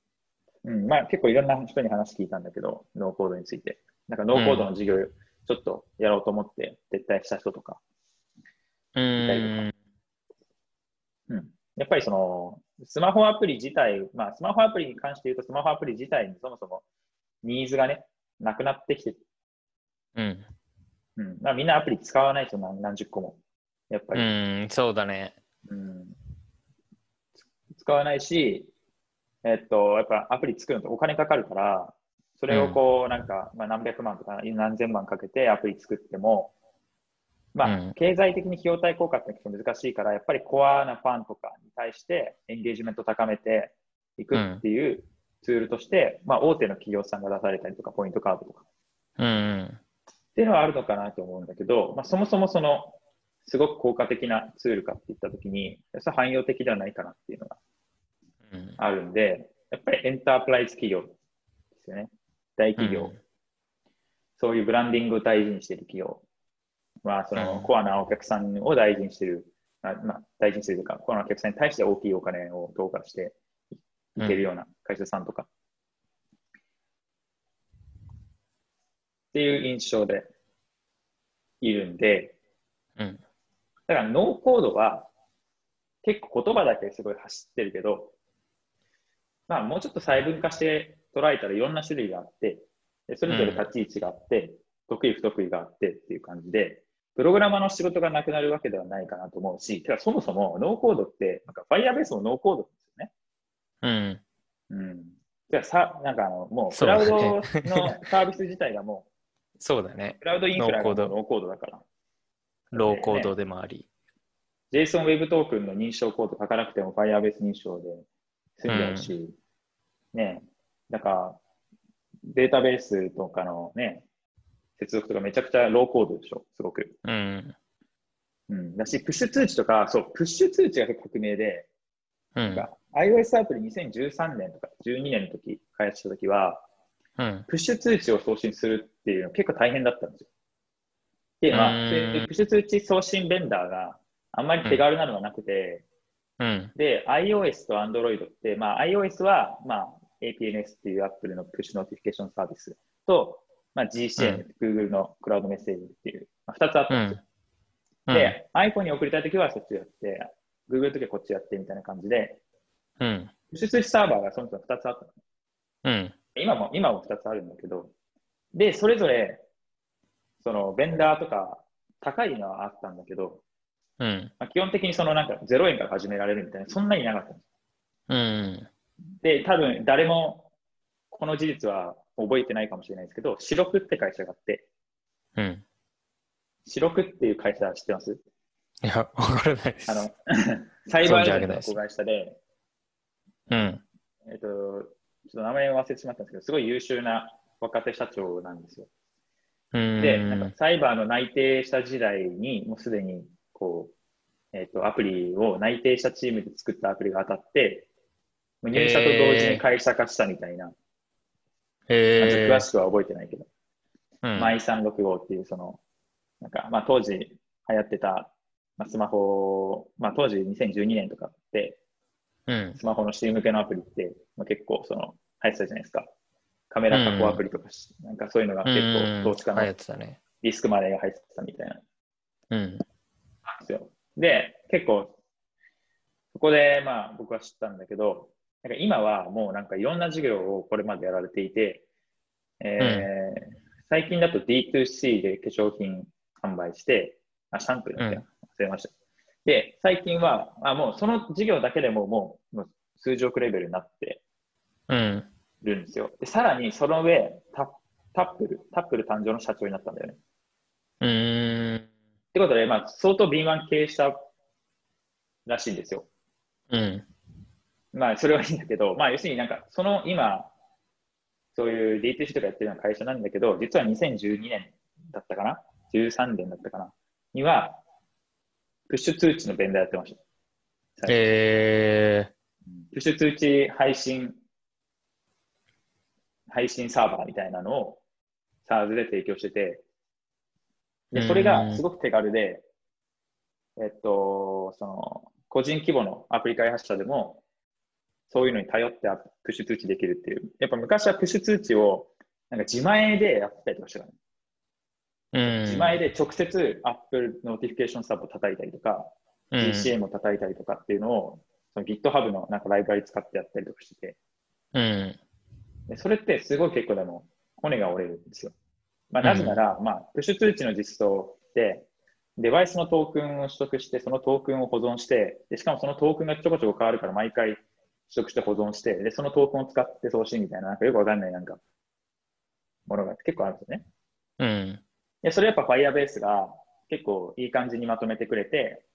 S2: うん、まあ、結構いろんな人に話聞いたんだけど、ノーコードについて。なんかノーコードの授業、ちょっとやろうと思って撤退した人とか、
S1: うーん。
S2: うん、やっぱりその、スマホアプリ自体、まあ、スマホアプリに関して言うと、スマホアプリ自体にそもそもニーズがね、なくなってきて、
S1: うん。
S2: うん、まあ、みんなアプリ使わないと何何十個も、やっぱり、
S1: うん。そうだね。
S2: うんつ使わないし、えっと、やっぱアプリ作るのってお金かかるから、それをこう、なんか、まあ、何百万とか何千万かけてアプリ作っても、まあ、
S1: うん
S2: 経済的に費用対効果って結構難しいから、やっぱりコアなファンとかに対してエンゲージメント高めていくっていうツールとして、まあ、大手の企業さんが出されたりとか、ポイントカードとか
S1: うん。
S2: っていうのはあるのかなと思うんだけど、まあ、そもそもその、すごく効果的なツールかって言ったときに、それは汎用的ではないかなっていうのが
S1: うん。
S2: あるんで、やっぱりエンタープライズ企業ですよね。大企業、そういうブランディングを大事にしている企業、まあ、その
S1: うん
S2: コアなお客さんを大事にしている、あまあ、大事にしているというか、コアなお客さんに対して大きいお金を投下していけるような会社さんとか。っていう印象でいるんで、
S1: うん。
S2: だからノーコードは結構言葉だけすごい走ってるけど、まあもうちょっと細分化して捉えたらいろんな種類があって、でそれぞれ立ち位置があって、得意不得意があってっていう感じで、プログラマーの仕事がなくなるわけではないかなと思うし、てかそもそもノーコードって、なんか Firebase もノーコードですよね。
S1: うん。
S2: うん。じゃあさ、なんかあの、もう
S1: そ
S2: ク
S1: うだ
S2: ラ
S1: ね
S2: ウドのサービス自体がも
S1: そうだね
S2: う、。クラウドインフラがもう
S1: ノーコード
S2: ノーコードだから。
S1: ローコードでもあり。
S2: JSON Web トークンの認証コード書かなくても Firebase 認証で済んじゃうし、ねえ、だから、データベースとかのね、接続とかめちゃくちゃローコードでしょ、すごく。
S1: うん。
S2: うん。だし、プッシュ通知とか、そう、プッシュ通知が結構革命で、
S1: う
S2: なん
S1: ん。
S2: か iOS アプリ2013年とか12年の時開発した時は、
S1: うん。
S2: プッシュ通知を送信するっていうの結構大変だったんですよ。で、ま
S1: う
S2: あ、
S1: ーん
S2: それでプッシュ通知送信ベンダーがあんまり手軽なのがなくて、
S1: うん。
S2: で、iOS と Android って、まあ、iOS は、まあ、APNS っていう Apple のプッシュノーティフィケーションサービスと、まあ、GCN、Google のクラウドメッセージっていう、まあ、2つあったんです
S1: う
S2: よ。
S1: ん。
S2: で、iPhone に送りたいときはそっちやって、Google のときはこっちやってみたいな感じで、
S1: うん。
S2: プッシュ通知サーバーがそもそも2つあったの。
S1: うん。
S2: 今も、今も2つあるんだけど、で、それぞれ、その、ベンダーとか、高いのはあったんだけど、
S1: うん。
S2: まあ、基本的にそのなんか0円から始められるみたいな、そんなになかったんです。
S1: うん。
S2: で、多分誰もこの事実は覚えてないかもしれないですけど、シロクって会社があって、
S1: うん。
S2: シロクっていう会社知ってます
S1: いや、わからないです
S2: あ。の、サイバ
S1: 存
S2: ー
S1: じ上
S2: エ
S1: げない
S2: ンの
S1: です
S2: 子会社で、
S1: うん。
S2: えっと、ちょっと名前を忘れてしまったんですけど、すごい優秀な若手社長なんですよ。
S1: うん。
S2: で、なんかサイバーの内定した時代に、もうすでに、こう、えっと、アプリを内定したチームで作ったアプリが当たって、もう入社と同時に会社化したみたいな、ちょっと
S1: え
S2: 詳しくは覚えてないけど、
S1: ー、
S2: マイ365っていう、その、なんか、まあ当時流行ってた、まあ、スマホ、まあ当時2012年とかって、
S1: うん。うん。
S2: スマホの C 向けのアプリって、まあ、結構その流行ってたじゃないですか。カメラ加工アプリとかし、なんかそういうのが
S1: う
S2: 結
S1: ん
S2: 構、投資家
S1: 流行
S2: の
S1: ってたね。
S2: リスクマネーが入ってたみたいなんで
S1: うん。
S2: すよ。で、結構、そこでまあ僕は知ったんだけど、なんか今はもうなんかいろんな事業をこれまでやられていて、えー最近だと D2C で化粧品販売して、あ、シャンプーだっけな忘れました。で、最近は、あ、もうその事業だけでももうもう数十億レベルになって、
S1: うん。
S2: るんですよ。で、さらにその上、タタップル、タップル誕生の社長になったんだよね。っ
S1: うーん。
S2: てことで、まあ、相当敏腕経営者らしいんですよ。
S1: うん。
S2: まあ、それはいいんだけど、まあ、要するになんか、その今、そういう DTC とかやってるような会社なんだけど、実は2012年だったかな ?13 年だったかなには、プッシュ通知のベンダーやってました。
S1: えー、
S2: プッシュ通知配信、配信サーバーみたいなのを SARS で提供してて、で、それがすごく手軽で、えっと、その、個人規模のアプリ開発者でも、そういうのに頼ってプッシュ通知できるっていう。やっぱ昔はプッシュ通知を、なんか自前でやってたりとかしてたの、
S1: うん。
S2: 自前で直接 Apple ノーティフィケーションサーバーを叩いたりとか、
S1: うん、
S2: GCM を叩いたりとかっていうのを、その GitHub のなんかライブラリ使ってやったりとかしてて、
S1: うん。
S2: でそれってすごい結構でも骨が折れるんですよ。まあ、なぜなら、まあ、プッシュ通知の実装って、デバイスのトークンを取得して、そのトークンを保存して、でしかもそのトークンがちょこちょこ変わるから毎回取得して保存して、で、そのトークンを使って送信みたいな、なんかよくわかんないなんか、ものが結構あるんですよね。
S1: うん。
S2: で、それやっぱ Firebase が結構いい感じにまとめてくれて、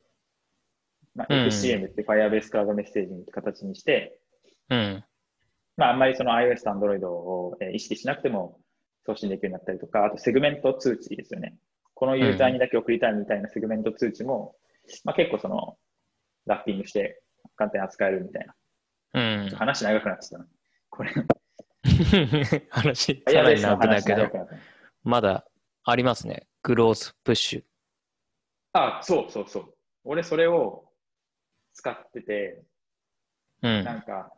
S2: まあ、
S1: うん
S2: FCM って Firebase クラウドメッセージって形にして、
S1: うん。
S2: まあ、あんまりその iOS と Android をえー意識しなくても送信できるようになったりとか、あとセグメント通知ですよね。このユーザーにだけ送りたいみたいなセグメント通知も、まあ、結構そのラッピングして簡単に扱えるみたいな。
S1: うん
S2: ちょっと。話長くなっちゃったな。これ、
S1: 話、さら
S2: iOS
S1: に
S2: の
S1: 長くなる
S2: 話
S1: け
S2: 長
S1: ど
S2: く、なった。
S1: まだありますね。グロースプッシュ。
S2: あ、そうそうそう。俺それを使ってて、
S1: う
S2: なん
S1: ん。
S2: か、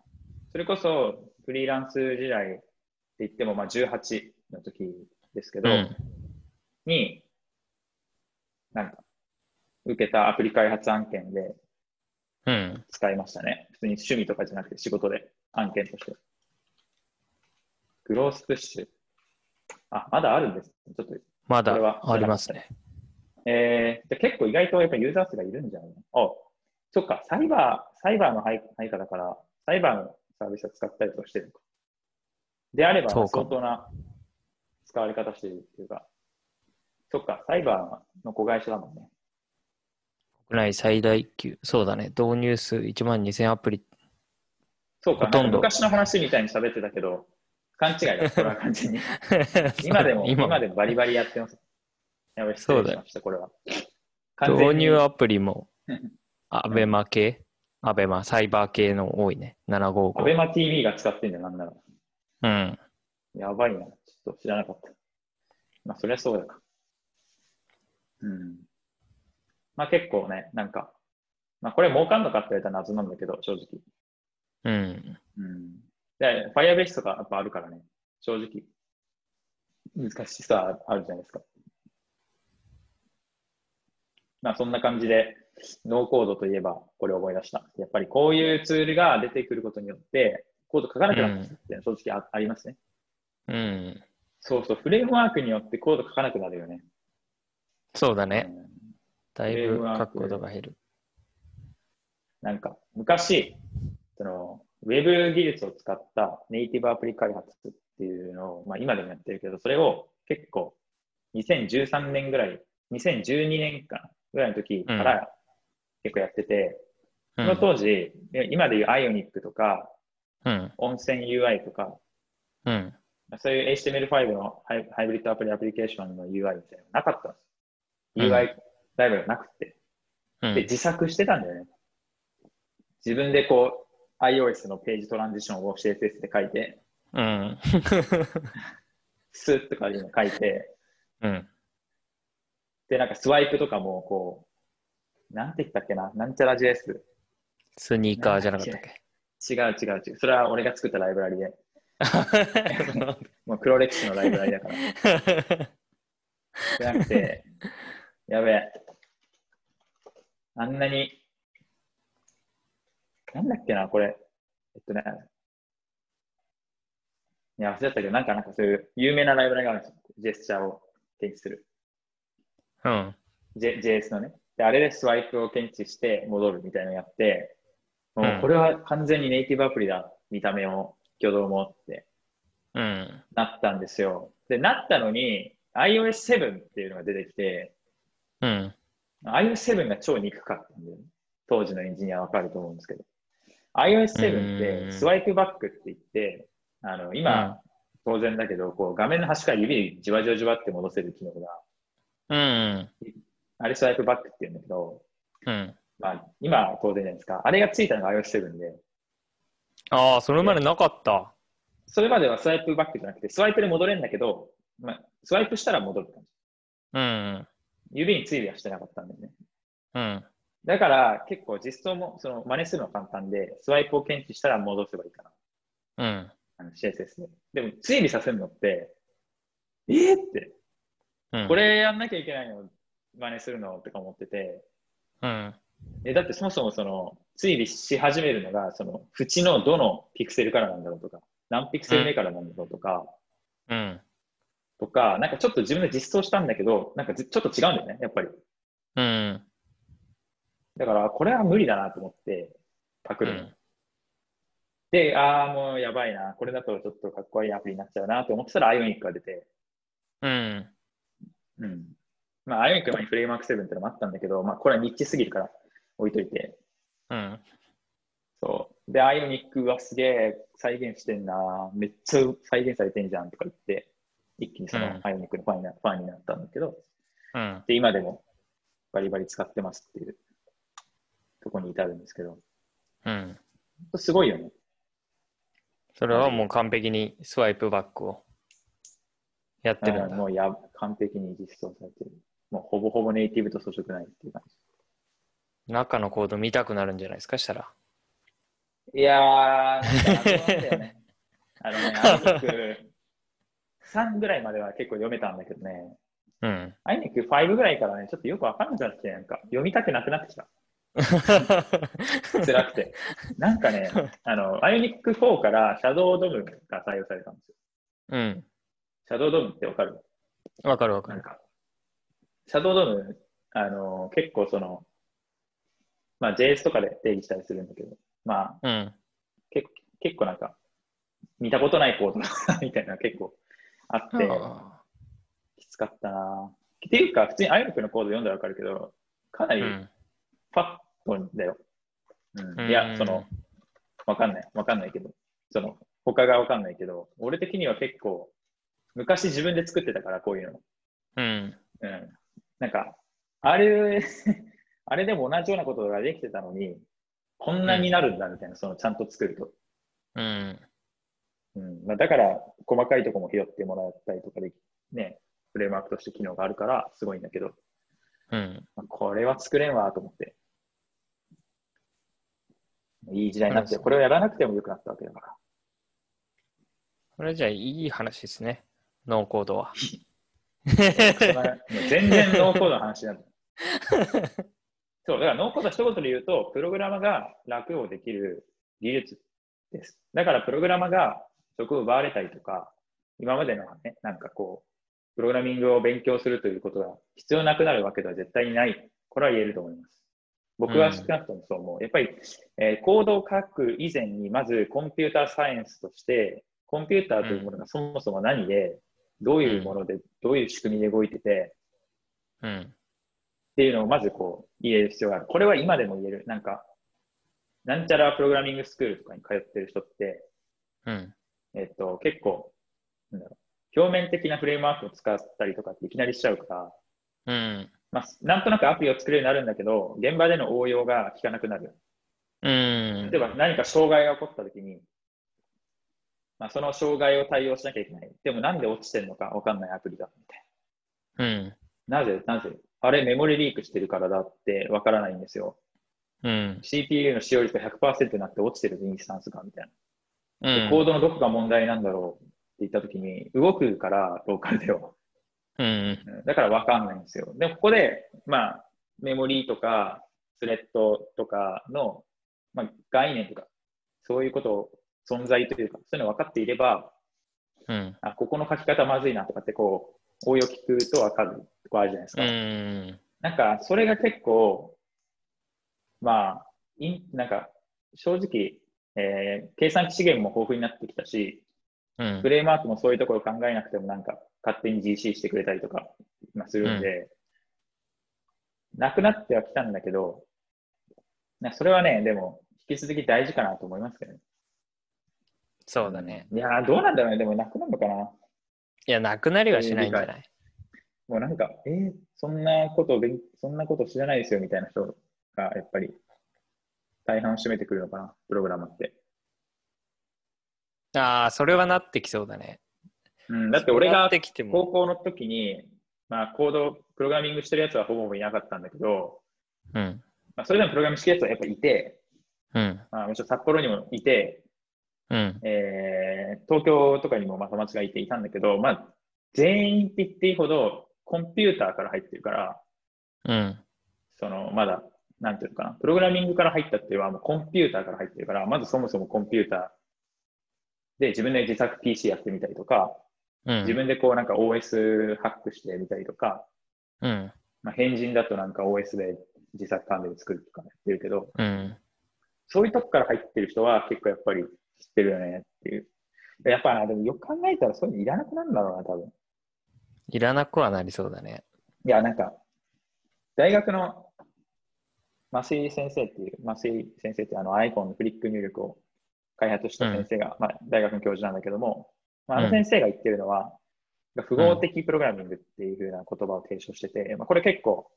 S2: それこそフリーランス時代って言っても、まあ18の時ですけ
S1: う
S2: ど、
S1: ん。
S2: に、なんか、受けたアプリ開発案件で
S1: うん。
S2: 使いましたね。普通に趣味とかじゃなくて仕事で案件として。グロースプッシュ。あ、まだあるんです。ちょっと、
S1: まだ
S2: これは
S1: ありますね。
S2: えー、じゃあ結構意外とやっぱユーザー数がいるんじゃないあ、そっか、サイバー、サイバーの配配下だから、サイバーのサービスを使ったりとかしてるのか。であれば、
S1: そうか
S2: 相当な使われ方してるっていうか、そっか、サイバーの子会社だもんね。
S1: 国内最大級。そうだね。導入数1万2000アプリ。
S2: そうか、
S1: ほとんど
S2: なんか昔の話みたいに喋ってたけど、勘違い だ、これは完全に。 今でも、今
S1: 今
S2: でもバリバリやってます。やべ、失礼しました、これは。完全に
S1: 導入アプリも、アベマ系アベマ、サイバー系の多いね。
S2: アベ
S1: 755。
S2: マ TV が使ってんだよ、なんなら。
S1: うん。
S2: やばいな。ちょっと知らなかった。まあ、そりゃそうだか。うん。まあ結構ね、なんか、まあこれ儲かんのかって言われたら謎なんだけど、正直。
S1: うん。
S2: うん。で、Firebase とかやっぱあるからね、正直。難しさあるじゃないですか。まあそんな感じで、ノーコードといえばこれを思い出した。やっぱりこういうツールが出てくることによって、コード書かなくなったっていうのは正直あありますね。
S1: うん。
S2: そうそう、フレームワークによってコード書かなくなるよね。
S1: そうだ
S2: う
S1: ね。
S2: ん
S1: だいぶ書くことが減る。
S2: なんか、昔、その、ウェブ技術を使ったネイティブアプリ開発っていうのを、まあ今でもやってるけど、それを結構、2013年ぐらい、2012年間ぐらいの時から結構やってて、
S1: う
S2: その
S1: ん。
S2: 当時、今でいう Ionic とか、
S1: うん。
S2: 温泉 UI とか、
S1: うん。
S2: そういう HTML5 のハイハイブリッドアプリアプリケーションの UI みたいなのなかったん
S1: う
S2: ですよ。
S1: ん
S2: UI ライブがなくて。
S1: う
S2: で、
S1: ん。
S2: 自作してたんだよね。自分でこう、iOS のページトランジションを CSS で書いて、
S1: うん。
S2: スーッとかいうの書いて、
S1: うん。
S2: で、なんかスワイプとかもこう、なんて言ったっけな、なんちゃら JS。
S1: スニーカーじゃなかったっけ
S2: 違う違う違う。それは俺が作ったライブラリで、
S1: う
S2: もう黒歴史のライブラリだから。じゃなく て、やべえ。あんなに、なんだっけな、これ。えっとね。いや、忘れちゃったけど、なんか、なんかそういう有名なライブラリがあるんですよ。ジェスチャーを検知する。
S1: ん。
S2: J、JS のね。で、あれでスワイプを検知して戻るみたいなのやって、もううんこれは完全にネイティブアプリだ。見た目も、挙動もって
S1: うん。
S2: なったんですよ。で、なったのに、iOS7 っていうのが出てきて、
S1: うん。
S2: iOS7 が超憎かったんだよね。当時のエンジニアはわかると思うんですけど。iOS7
S1: うん
S2: ってスワイプバックって言って、あの、今、当然だけど、こう画面の端から指でじわじわじわって戻せる機能が、
S1: うん。
S2: あれスワイプバックって言うんだけど、
S1: うん。
S2: まあ、今当然じゃないですか。あれがついたのが iOS7 で、
S1: ああ、それまでなかった。
S2: それまではスワイプバックじゃなくて、スワイプで戻れるんだけど、まあ、スワイプしたら戻る感じ。
S1: うん。
S2: 指についてはしてなかったんだよね。
S1: うん。
S2: だから、結構実装も、その、真似するのは簡単で、スワイプを検知したら戻せばいいかな。
S1: うん。
S2: あの CSS ね。でも、追尾させるのって、えー、って、
S1: うん。
S2: これやんなきゃいけないの真似するのとか思ってて、
S1: うん。
S2: え、だってそもそもその、追尾し始めるのが、その、縁のどのピクセルからなんだろうとか、何ピクセル目からなんだろうとか、
S1: うん。
S2: とか、なんかちょっと自分で実装したんだけど、なんかずちょっと違うんだよね、やっぱり。
S1: うん。
S2: だから、これは無理だなと思って、パク
S1: う
S2: るの。
S1: ん。
S2: で、ああ、もうやばいな、これだとちょっとかっこいいアプリになっちゃうなと思ってたら、イオニックが出て、
S1: うん。
S2: うん。まあ、アイオニックの前にフレームワーク7ってのもあったんだけど、まあ、これはニッチすぎるから置いといて。
S1: うん。
S2: そう。で、アイオニックはすげえ再現してんな、めっちゃ再現されてんじゃんとか言って、一気にそ
S1: うん
S2: のアイオニックのファンにな,、ファンになったんだけど、
S1: うん。
S2: で、今でもバリバリ使ってますっていうとこに至るんですけど、ほん
S1: うん。
S2: とすごいよね。
S1: それはもう完璧にスワイプバックをやってるん
S2: う
S1: だ
S2: ん。もうや完璧に実装されてる。もうほぼほぼネイティブと遜色ないっていう感
S1: 中のコード見たくなるんじゃないですかしたら。
S2: じ。いやー、なんか謎なんだよね。 あのね、アイニック3ぐらいまでは結構読めたんだけどね、
S1: うん。
S2: アイニック5ぐらいからね、ちょっとよくわかんなくなってきて、なんか読みたくなくなってきた。辛くて。なんか ね、あの、アイニック4からシャドウドムが採用されたんですよ。
S1: うん。
S2: シャドウドムってわかる
S1: わかるわか
S2: なん
S1: る。
S2: か、シャドウドム、あの、結構その、まあ JS とかで定義したりするんだけど、まあ
S1: うん。
S2: 結構、結構なんか、見たことないコードだみたいなのが結構あって、
S1: あ
S2: きつかったなっていうか、普通にアイニックのコード読んだらわかるけど、かな
S1: ー
S2: り
S1: うん
S2: パッとだよ。う、
S1: うんん
S2: いや、その、わかんない、わかんないけど、その、他がわかんないけど、俺的には結構、昔自分で作ってたから、こういうの。
S1: うん。
S2: うん。 なんか、あれ、あれでも同じようなことができてたのに、こんなになるんだみたいな、そのちゃんと作ると。
S1: うん。
S2: うんまあ、だから、細かいとこも拾ってもらったりとかでき、ね、フレームワークとして機能があるからすごいんだけど、
S1: うん。
S2: まあこれは作れんわと思って。いい時代になっ
S1: う
S2: て、
S1: ん
S2: これをやらなくてもよくなったわけだから。
S1: これじゃあいい話ですね。ノーコードは。
S2: そんなもう全然ノーコードの話なんだ。そう、だからノーコード一言で言うと、プログラマが楽をできる技術です。だからプログラマが職を奪われたりとか、今までのはね、なんかこう、プログラミングを勉強するということが必要なくなるわけでは絶対にない。これは言えると思います。僕は少なくともそう思う。やっぱり、えーコードを書く以前に、まずコンピューターサイエンスとして、コンピューターというものがそもそも何で、どういうもので、どういう仕組みで動いてて、
S1: うん。
S2: っていうのをまずこう言える必要がある。これは今でも言える。なんか、なんちゃらプログラミングスクールとかに通ってる人って、
S1: うん。
S2: えっと、結構、なんだろう、表面的なフレームワークを使ったりとかっていきなりしちゃうから、
S1: うん。
S2: まあ、なんとなくアプリを作れるようになるんだけど、現場での応用が効かなくなる。
S1: うん
S2: 例えば何か障害が起こったときに、まあ、その障害を対応しなきゃいけない。でもなんで落ちてるのかわかんないアプリだ、みたいな。
S1: うん。
S2: なぜなぜあれメモリリークしてるからだってわからないんですよ。
S1: うん。
S2: CPU の使用率が100%になって落ちてるインスタンスがみたいな。で
S1: うん。
S2: コードのどこが問題なんだろうって言ったときに、動くからローカルでは。
S1: うん。
S2: うん だからわかんないんですよ。で、ここで、まあ、メモリーとか、スレッドとかの、まあ、概念とか、そういうことを存在というか、そういうの分かっていれば、
S1: うん。
S2: あ、ここの書き方まずいなとかって、こう、応用聞くとわかるとこあるじゃないですか。
S1: うん。
S2: なんか、それが結構、まあ、いんなんか、正直、えー計算機資源も豊富になってきたし、
S1: うん
S2: フレームワークもそういうところ考えなくても、なんか、勝手に GC してくれたりとか、今するんで、なくなってはきたんだけど、なんかそれはね、でも、引き続き大事かなと思いますけどね。
S1: そうだね。。
S2: いやー、どうなんだろうね。でも、なくなるのかな。
S1: いや、なくなりはしないんじゃない
S2: もうなんか、えーそんなことを勉、そんなこと知らないですよみたいな人が、やっぱり、大半を占めてくるのかな、プログラマーって。
S1: ああ、それはなってきそうだね。
S2: うん、だって俺
S1: な
S2: が
S1: ってきても。
S2: 高校の時に、まあ、コード、プログラミングしてるやつはほぼほぼいなかったんだけど、
S1: うん。
S2: まあ、それでもプログラミングしてるやつはやっぱいて、
S1: うん。
S2: まあ、もちろん札幌にもいて、
S1: うん。
S2: えー東京とかにもまあ友達がいていたんだけど、まあ、全員って言っていいほど、コンピューターから入ってるから、
S1: うん。
S2: その、まだ、なんていうのかな、プログラミングから入ったっていうのは、もうコンピューターから入ってるから、まずそもそもコンピューターで自分で自作 PC やってみたりとか、
S1: うん。
S2: 自分でこうなんか OS ハックしてみたりとか、
S1: うん。
S2: まあ、変人だとなんか OS で自作関連で作るとかやってるけど、
S1: うん。
S2: そういうとこから入ってる人は結構やっぱり知ってるよねっていう。やっぱなでもよく考えたらそういうのいらなくなるんだろうな、多分。
S1: いらなくはなりそうだね。
S2: いや、なんか、大学の増井先生っていう、増井先生ってあの iPhone のフリック入力を開発した先生が、まあ、大学の教授なんだけども、まあ、あの
S1: うん
S2: 先生が言ってるのは、符号的プログラミングっていう風な言葉を提唱してて、まあ、これ結構、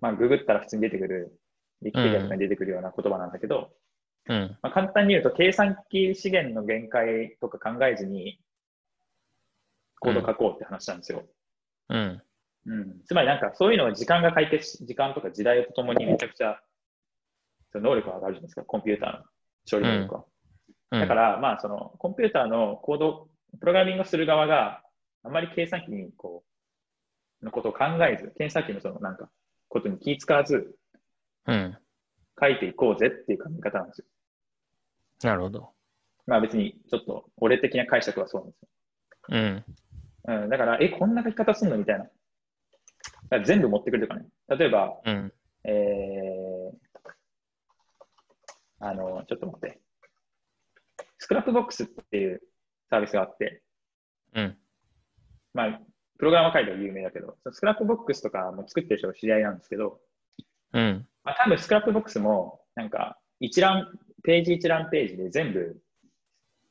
S2: まあ、ググったら普通に出てくる、ウィキペディアとかに出てくるような言葉なんだけど、
S1: うん。
S2: まあ、簡単に言うと、計算機資源の限界とか考えずに、コード書こうって話なんですよ。
S1: うん。
S2: うん、つまりなんかそういうのは時間が解決し、時間とか時代とともにめちゃくちゃその能力が上がるじゃないですか、コンピューターの処理能力は。
S1: うん
S2: だから、まあそのコンピューターのコード、プログラミングをする側があまり計算機にこうのことを考えず、計算機のそのなんかことに気使わず
S1: うん。
S2: 書いていこうぜっていう考え方なんですよ。
S1: なるほど。
S2: まあ別にちょっと俺的な解釈はそうなんですよ。
S1: うん。
S2: うん、だから、え、こんな書き方すんのみたいな。だから全部持ってくるとかね。例えば、
S1: うん。
S2: えー、あの、ちょっと待って。スクラップボックスっていうサービスがあって、
S1: うん。
S2: まあ、プログラマー界では有名だけど、そのスクラップボックスとかも作ってる人が知り合いなんですけど、
S1: うん。
S2: まあ、多分スクラップボックスも、なんか、一覧、ページ一覧ページで全部、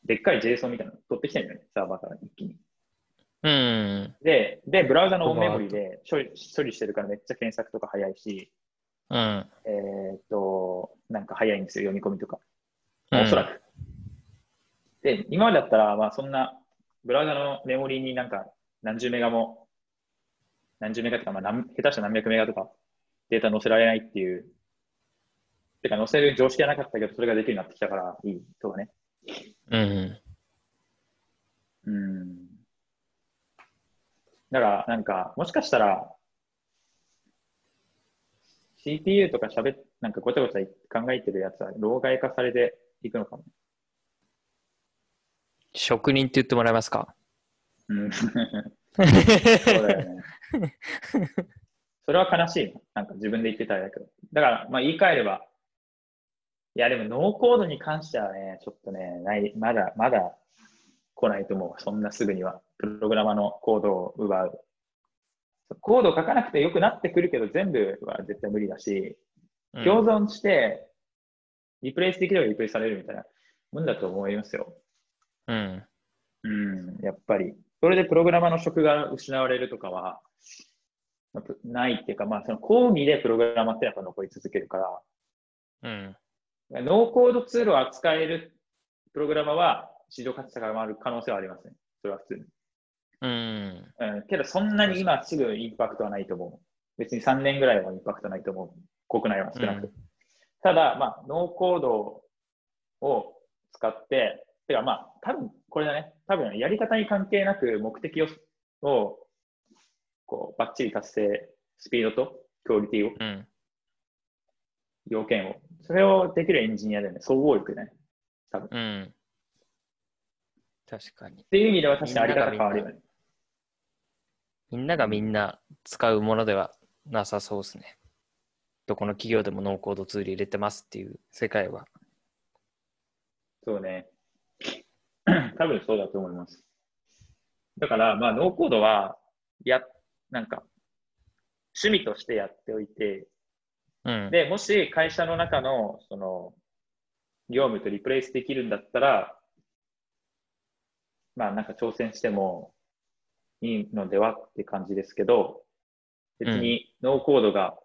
S2: でっかい JSON みたいなの取ってきてるんだよね、サーバーから一気に。
S1: うん。
S2: で、で、ブラウザのオンメモリで処理処理してるからめっちゃ検索とか早いし、
S1: うん。
S2: えーっと、なんか早いんですよ、読み込みとか。
S1: うん
S2: おそらく。で、今までだったら、まあそんな、ブラウザのメモリーになんか何十メガも、何十メガとか、まあ何、下手したら何百メガとかデータ載せられないっていう、てか載せる常識はなかったけど、それができるようになってきたから、いいとかね。
S1: うん。
S2: うん。だから、なんか、もしかしたら、CPU とか喋っ、なんかごちゃごちゃ考えてるやつは、老害化されていくのかも。
S1: 職人って言ってもらえますか
S2: うん。そう
S1: う
S2: だよね。それは悲しいな。なんか自分で言ってたんだけど。だから、まあ言い換えれば、いや、でもノーコードに関してはね、ちょっとね、ない、まだ、まだ来ないと思う。そんなすぐには。プログラマーのコードを奪う。コードを書かなくてよくなってくるけど、全部は絶対無理だし、
S1: ん
S2: 共存して、リプレイスできればリプレイされるみたいなもんだと思いますよ。
S1: うん。
S2: うん、やっぱり。それでプログラマーの職が失われるとかは、まあぷないっていうか、まあ、その講義でプログラマーってやっぱ残り続けるか
S1: う
S2: ら、
S1: ん。
S2: ノーコードツールを扱えるプログラマーは、市場価値が上がる可能性はありますね。それは普通に。
S1: うん。
S2: うん、けど、そんなに今すぐインパクトはないと思う。別に3年ぐらいはインパクトないと思う。国内は少なくて。
S1: う
S2: ただ、まあ、ノーコードを使って、てかまあ、多分これだね。多分やり方に関係なく目的を、をこう、バッチリ達成、スピードとクオリティを、
S1: うん。
S2: 要件を。それをできるエンジニアだよね。総合力ね。
S1: うん。確かに。
S2: っていう意味では確かにあり方変わるよね。
S1: みんながみんな使うものではなさそうですね。どこの企業でもノーコードツール入れてますっていう世界は。
S2: そうね。 多分そうだと思います。だから、まあ、ノーコードは、や、なんか、趣味としてやっておいて、
S1: うん。
S2: で、もし会社の中の、その、業務とリプレイスできるんだったら、まあ、なんか挑戦してもいいのではって感じですけど、別にノーコードが、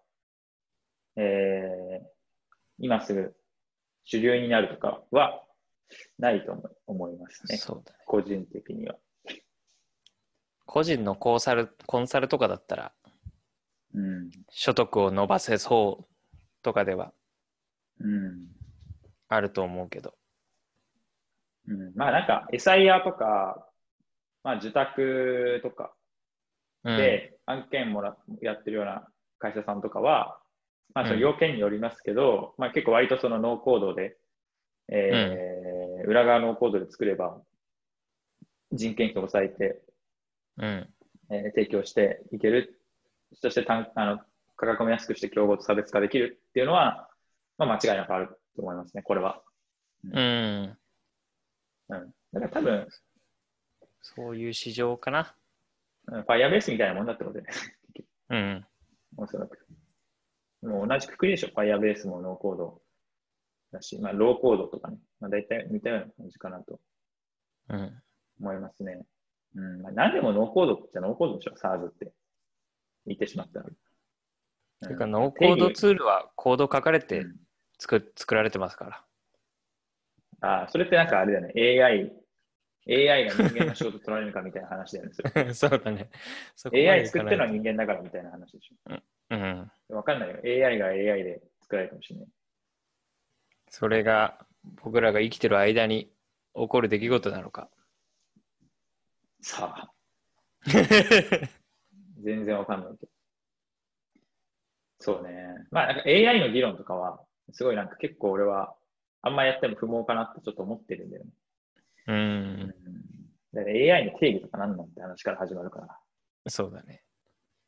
S2: えー、今すぐ主流になるとかはないと思い思いますね。
S1: そうだね。
S2: 個人的には。
S1: 個人のコンサルコンサルとかだったら、
S2: うん。
S1: 所得を伸ばせそうとかでは
S2: うん。
S1: あると思うけど。
S2: うん、まあ、なんか、SIR とか、まあ、受託とか、
S1: うん、
S2: で、案件もらやってるような会社さんとかは、まあ、その要件によりますけど、まあ、結構割とそのノーコードで、えー裏側ノーコードで作れば、人件費を抑えて、
S1: うん。
S2: えー提供していける、そして単あの価格も安くして競合と差別化できるっていうのは、まあ、間違いなくあると思いますね、これは。
S1: うん。
S2: だから多分、
S1: そういう市場かな。
S2: うん Firebase みたいなもんだってことで、ね、
S1: うん。
S2: おそらく。もう同じくくりでしょ。Firebase もノーコードだし、まあ、ローコードとかね。まあ、大体似たような感じかなと
S1: うん。
S2: 思いますね。うん。まあ、何でもノーコードじゃノーコードでしょ。SARS って。言ってしまったら。
S1: てか、ノーコードツールはコード書かれ
S2: う
S1: て
S2: ん
S1: 作,、作られてますから。
S2: ああ、それってなんかあれだよね。AI。AI が人間の仕事取られるかみたいな話だよ ね。それ
S1: そうだね。そこまで
S2: AI
S1: い
S2: 作
S1: か
S2: って
S1: ない
S2: るのは人間だからみたいな話でし
S1: うん。
S2: ょ。わかんないよ。AI が AI で作られるかもしれない。
S1: それが僕らが生きてる間に起こる出来事なの か。
S2: さあ。全然わかんないけど。そうね。まあ、なんか AI の議論とかは、すごいなんか結構俺は、あんまやっても不毛かなってちょっと思ってるんだよね。
S1: う
S2: うん
S1: ん。。
S2: だから AI の定義とか何なんて話から始まるから。
S1: そうだね。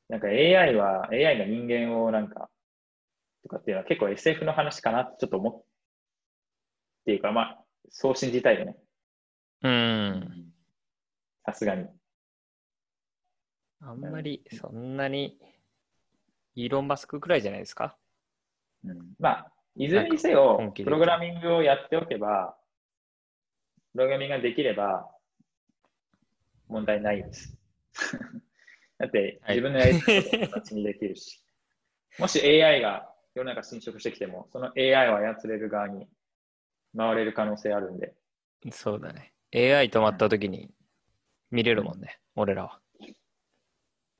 S2: なんか AI は、AI が人間をなんか、とかっていうのは結構 SF の話かなってちょっと思っっていうか、まあ、そう信じたいよね。
S1: うん。
S2: さすがに。
S1: あんまりそんなにイーロン・マスクくらいじゃないですか。
S2: うんまあ、いずれにせよ
S1: なんか本気、で
S2: プログラミングをやっておけば、プログラミングができれば、問題ないです。 だって、
S1: はい
S2: 自分のやりたいことを形にできるし、もし AI が世の中侵食してきても、その AI を操れる側に回れる可能性あるんで、
S1: そうだね。AI 止まった時に見れるもんね、俺らは。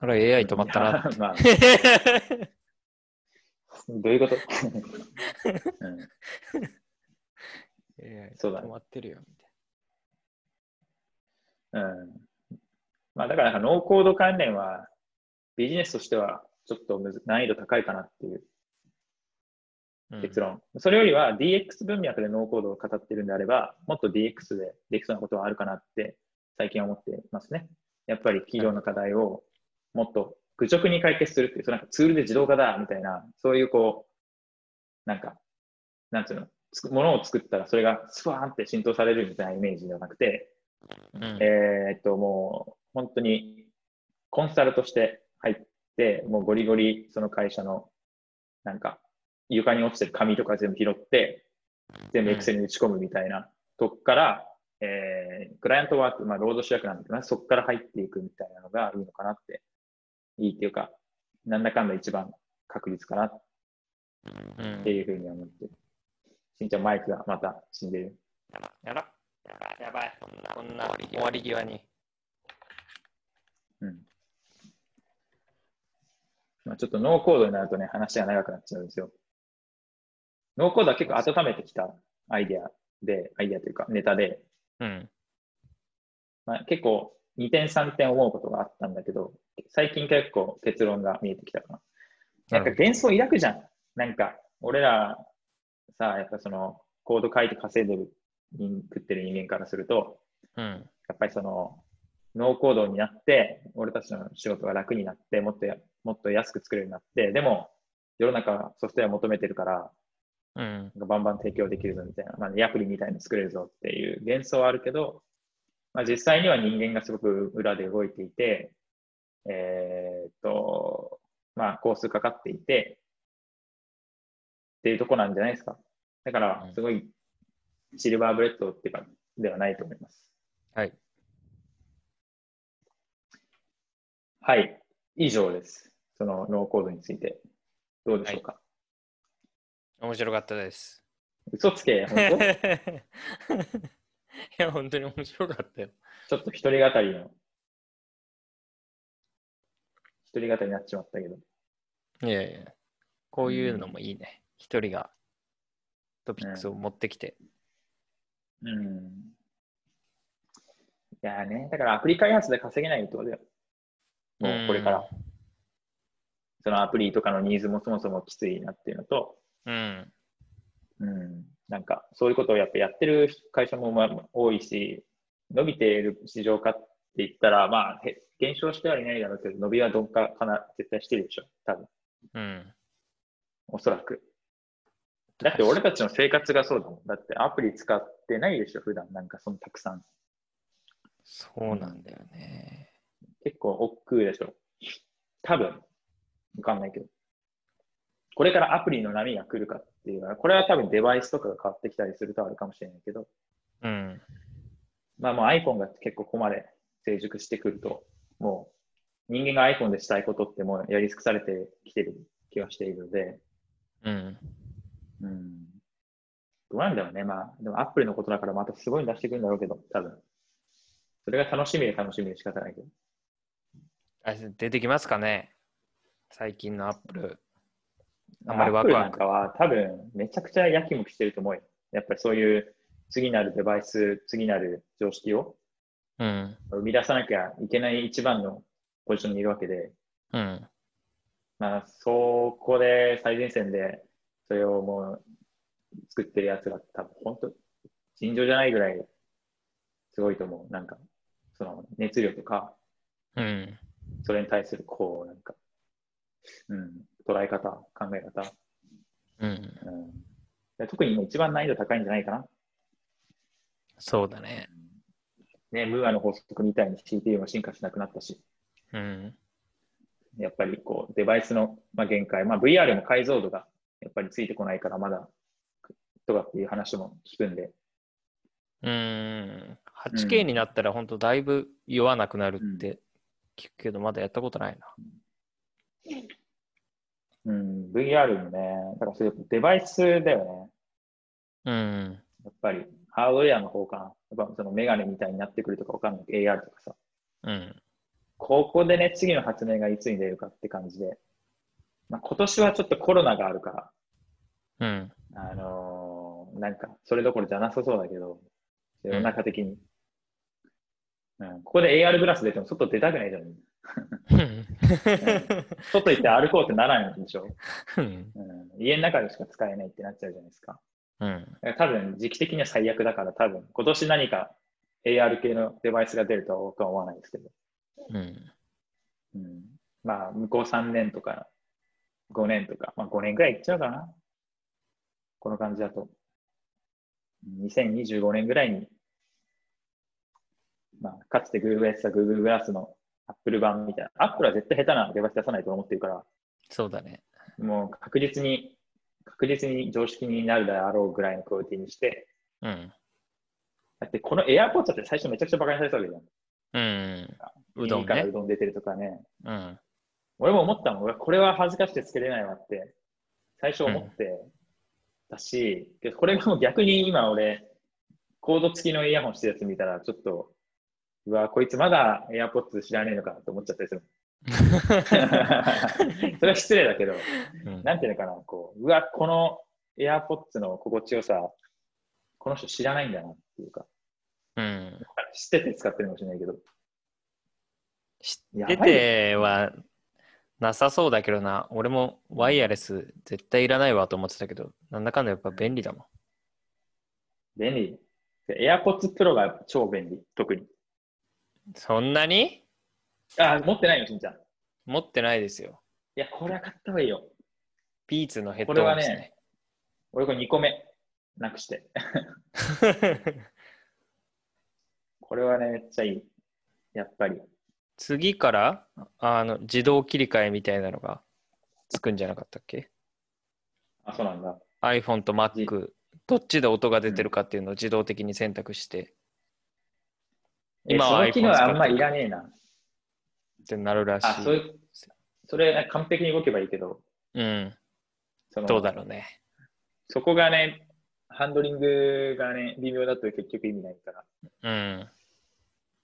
S1: あれ AI 止まったな って。
S2: いやまあ、どういうこと うん、
S1: AI
S2: そうだね
S1: 止まってるよ、みたい
S2: うんまあ、だからなんかノーコード関連はビジネスとしてはちょっとむず難易度高いかなっていう
S1: な。うん
S2: 結論、それよりは DX 文脈でノーコードを語ってるんであれば、もっと DX でできそうなことはあるかなって最近は思ってますね。やっぱり企業の課題をもっと愚直に解決するっていう、そのなんかツールで自動化だみたいな、そういうこう、なんか、なんつうの、つくものを作ったらそれがスワーンって浸透されるみたいなイメージではなくて、
S1: うん
S2: えーっと、もう、本当に、コンサルとして入って、もうゴリゴリ、その会社の、なんか、床に落ちてる紙とか全部拾って、全部
S1: うん
S2: Excel に打ち込むみたいな、とこから、えークライアントワーク、まあ、労働主役なんだけどな、そこから入っていくみたいなのがいいのかなって、いいっていうか、なんだかんだ一番確率かなっ
S1: うん
S2: ていうふうに思ってる。しんちゃん、マイクがまた死んでる。
S1: やらやばい。こんな終わり際に。
S2: うんまあ、ちょっとノーコードになるとね、話が長くなっちゃうんですよ。ノーコードは結構温めてきたアイデアで、アイデアというかネタで、
S1: うん。
S2: まあ、結構2点3点思うことがあったんだけど、最近結構結論が見えてきたかな。なんか
S1: なる
S2: 幻想抱くじゃん。なんか、俺らさ、やっぱそのコード書いて稼いでる人、食ってる人間からすると、
S1: うん。
S2: やっぱりその、ノーコードになって、俺たちの仕事が楽になって、もっとや、もっと安く作れるようになって、でも、世の中はソフトウェア求めてるから、
S1: うん。
S2: バンバン提供できるぞみたいな、まあ、アプリみたいなの作れるぞっていう幻想はあるけど、まあ、実際には人間がすごく裏で動いていて、えーっと、まあ、コースかかっていて、っていうとこなんじゃないですか。だから
S1: うん、
S2: すごい、シルバーブレッドっていうか、ではないと思います。
S1: はい。
S2: はい、以上です。そのノーコードについて。どうでしょうか。
S1: 面白かったです。
S2: 嘘つけ、
S1: い
S2: 本当
S1: や、本当に面白かったよ。
S2: ちょっと一人語りの。一人語りになっちまったけど。
S1: いやいや。こういうのもいいね。一人がトピックスを持ってきて。
S2: うん。いやーね、だからアプリ開発で稼げないってことだよ。もうこれから。そのアプリとかのニーズもそもそもきついなっていうのと、
S1: うん。
S2: うん、なんかそういうことをやっぱやってる会社もまあ多いし、伸びている市場化って言ったら、まあ、へ減少してはいないだろうけど、伸びは鈍化かな、絶対してるでしょ、多分
S1: うん。
S2: おそらく。だって俺たちの生活がそうだもん。だってアプリ使ってないでしょ、普段なんかそのたくさん。
S1: そうなんだよね。
S2: 結構億劫でしょ。多分、わかんないけど。これからアプリの波が来るかっていうのは、これは多分デバイスとかが変わってきたりするとあるかもしれないけど、
S1: うん。
S2: まあもう iPhone が結構ここまで成熟してくると、もう人間が iPhone でしたいことってもうやり尽くされてきてる気がしているので、
S1: うん。
S2: うん。どうなんだろうね。まあ、でも Apple のことだからまたすごいの出してくるんだろうけど、多分。それが楽しみで楽しみで仕方ないけど。
S1: あ出てきますかね最近のアップル。あんまりワク
S2: Apple な
S1: ワ
S2: ん
S1: ク。
S2: かは多分めちゃくちゃやきもきしてると思うよ。やっぱりそういう次なるデバイス、次なる常識を
S1: うん。
S2: 生み出さなきゃいけない一番のポジションにいるわけで、
S1: うん。
S2: まあ、そこで最前線でそれをもう作ってるやつが多分本当尋常じゃないぐらいすごいと思う。なんか、その熱量とか、
S1: うん。
S2: それに対するこう、なんか、うん、捉え方、考え方、
S1: うん。
S2: うんで、特に今一番難易度高いんじゃないかな。
S1: そうだね。
S2: ね、ムーアの法則みたいに CPU も進化しなくなったし、
S1: うん。
S2: やっぱりこうデバイスの、まあ、限界、まあ、VR も解像度がやっぱりついてこないからまだとかっていう話も聞くんで、
S1: うん。
S2: う
S1: 8K
S2: ん
S1: になったら本当だいぶ酔わなくなるって聞くけど、まだやったことないな。
S2: うん、 VR もね、だからそういうデバイスだよ
S1: うん。
S2: ね。やっぱり、ハードウェアの方かな。やっぱそのメガネみたいになってくるとかわかんないけど、AR とかさ。
S1: うん。
S2: ここでね、次の発明がいつに出るかって感じで。まあ、今年はちょっとコロナがあるから、
S1: うん。
S2: あのーなんか、それどころじゃなさそうだけど、世の中的に。うん、ここで AR グラス出ても外出たくないじゃん。外行って歩こうってならないんでしょ、
S1: うん。
S2: うん、家の中でしか使えないってなっちゃうじゃないですか。
S1: うん。
S2: だから多分、時期的には最悪だから、多分、今年何か AR 系のデバイスが出るとは僕は思わないですけど。
S1: うん。
S2: うん、まあ、向こう3年とか、5年とか、まあ5年くらいいっちゃうかな。この感じだと。2025年ぐらいに、まあ、かつて Google やってた Google グラスの Apple 版みたいな。Apple は絶対下手なデバイス出さないと思ってるから、
S1: そうだね。
S2: もう確実に、確実に常識になるであろうぐらいのクオリティにして、
S1: うん。
S2: だってこの AirPods だって最初めちゃくちゃバカにされてたわけじゃん。
S1: うん。う
S2: 耳
S1: どん
S2: から
S1: ね
S2: う。どん出てるとかね。
S1: うん。
S2: 俺も思ったもん。俺、これは恥ずかしくてつけれないわって、最初思ってたし、でこれがもう逆に今俺、コード付きのイヤホンしてるやつ見たら、ちょっと、うわ、こいつまだ AirPods 知らねえのかと思っちゃった りする。それは失礼だけど、
S1: うん
S2: なんていうのかな、こう、うわ、この AirPods の心地よさ、この人知らないんだなっていうか、
S1: うん。
S2: 知ってて使ってるかもしれないけど、
S1: 知
S2: やば
S1: 出
S2: い
S1: てはなさそうだけどな。俺もワイヤレス絶対いらないわと思ってたけど、なんだかんだやっぱ便利だもん。
S2: 便利。AirPods Pro が超便利、特に。
S1: そんなに
S2: あ、持ってないよ、しんちゃん。
S1: 持ってないですよ。
S2: いや、これは買った方がいいよ。
S1: ピーツのヘッ
S2: こ
S1: ド
S2: れ
S1: ホ
S2: は
S1: ン
S2: ね
S1: です
S2: 俺これ2個目、なくして。
S1: ね
S2: これはね、めっちゃいい。やっぱり。
S1: 次からあの自動切り替えみたいなのがつくんじゃなかったっけ
S2: あ、そうなんだ。
S1: iPhone と Mac どっちで音が出てるかっていうのを自動的に選択して今
S2: 今
S1: は
S2: は
S1: iPhone
S2: その機能はあんまいらねえな。
S1: ってなるらしい。
S2: あ、そういう、それなんか完璧に動けばいいけど、
S1: うん、
S2: その
S1: どうだろうね。
S2: そこがね、ハンドリングがね、微妙だと結局意味ないから。
S1: うん。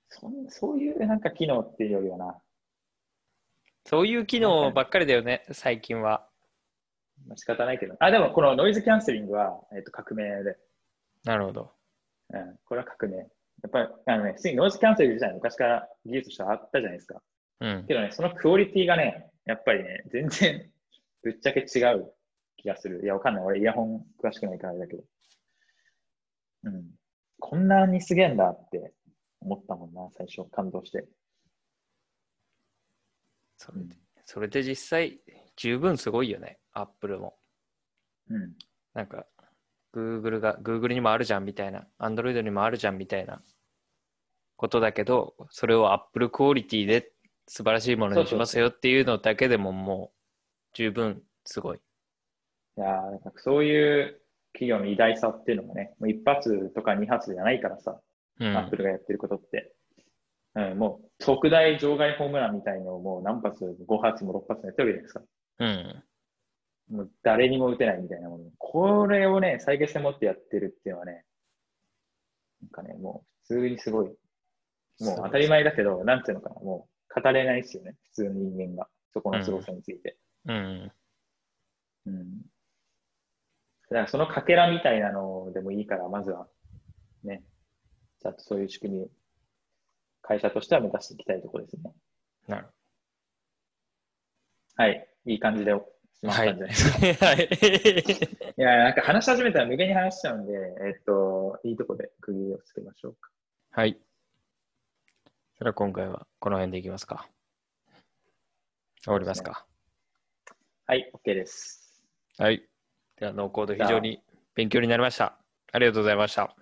S2: そんそういうなんか機能っていうよりはな、
S1: そういう機能ばっかりだよね、最近は。
S2: まあ、仕方ないけど。あ、でもこのノイズキャンセリングは、えっと革命で。
S1: なるほど。
S2: うん、これは革命。やっぱり、あのね、普通にノイズキャンセリング自体は昔から技術としてあったじゃないですか。
S1: うん。
S2: けどね、そのクオリティがね、やっぱりね、全然 ぶっちゃけ違う気がする。いや、わかんない。俺、イヤホン詳しくないからあれだけど。うん。こんなにすげえんだって思ったもんな、最初。感動して。
S1: それでそれで実際、十分すごいよね、Apple も。
S2: うん。
S1: なんか、Google が、Google にもあるじゃんみたいな、Android にもあるじゃんみたいなことだけど、それを Apple クオリティで素晴らしいものにしますよっていうのだけでももう十分すごい。
S2: いやーなんかそういう企業の偉大さっていうのがね、もう一発とか二発じゃないからさ、
S1: う
S2: アッ
S1: ん
S2: プ。ルがやってることって。うん、もう特大場外ホームランみたいのをもう何発、5発も6発もやってるわけじゃないですか。
S1: うん。
S2: もう誰にも打てないみたいなもの。これをね、再現性持ってやってるっていうのはね、なんかね、もう普通にすごい。もう当たり前だけど、なんていうのかな、もう語れないですよね、普通の人間が。そこの凄さについて。
S1: うん。
S2: うん。だからそのかけらみたいなのでもいいから、まずは、ね、ちゃんとそういう仕組みを会社としては目指していきたいところですね。
S1: なる
S2: はい。いい感じで済ま
S1: は
S2: せた
S1: い。
S2: んじゃないですか。
S1: はい。
S2: いや、なんか話し始めたら無限に話しちゃうんで、えっと、いいとこで区切りをつけましょうか。
S1: はい。 それは今回はこの辺でいきますか。終わりますか。
S2: はい、OK です。
S1: はい。では、ノーコード非常に勉強になりました。ありがとうございました。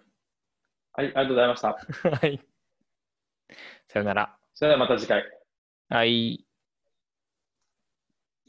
S2: はい、ありがとう ございました。
S1: はい。さよなら。
S2: それではまた次回。
S1: はい。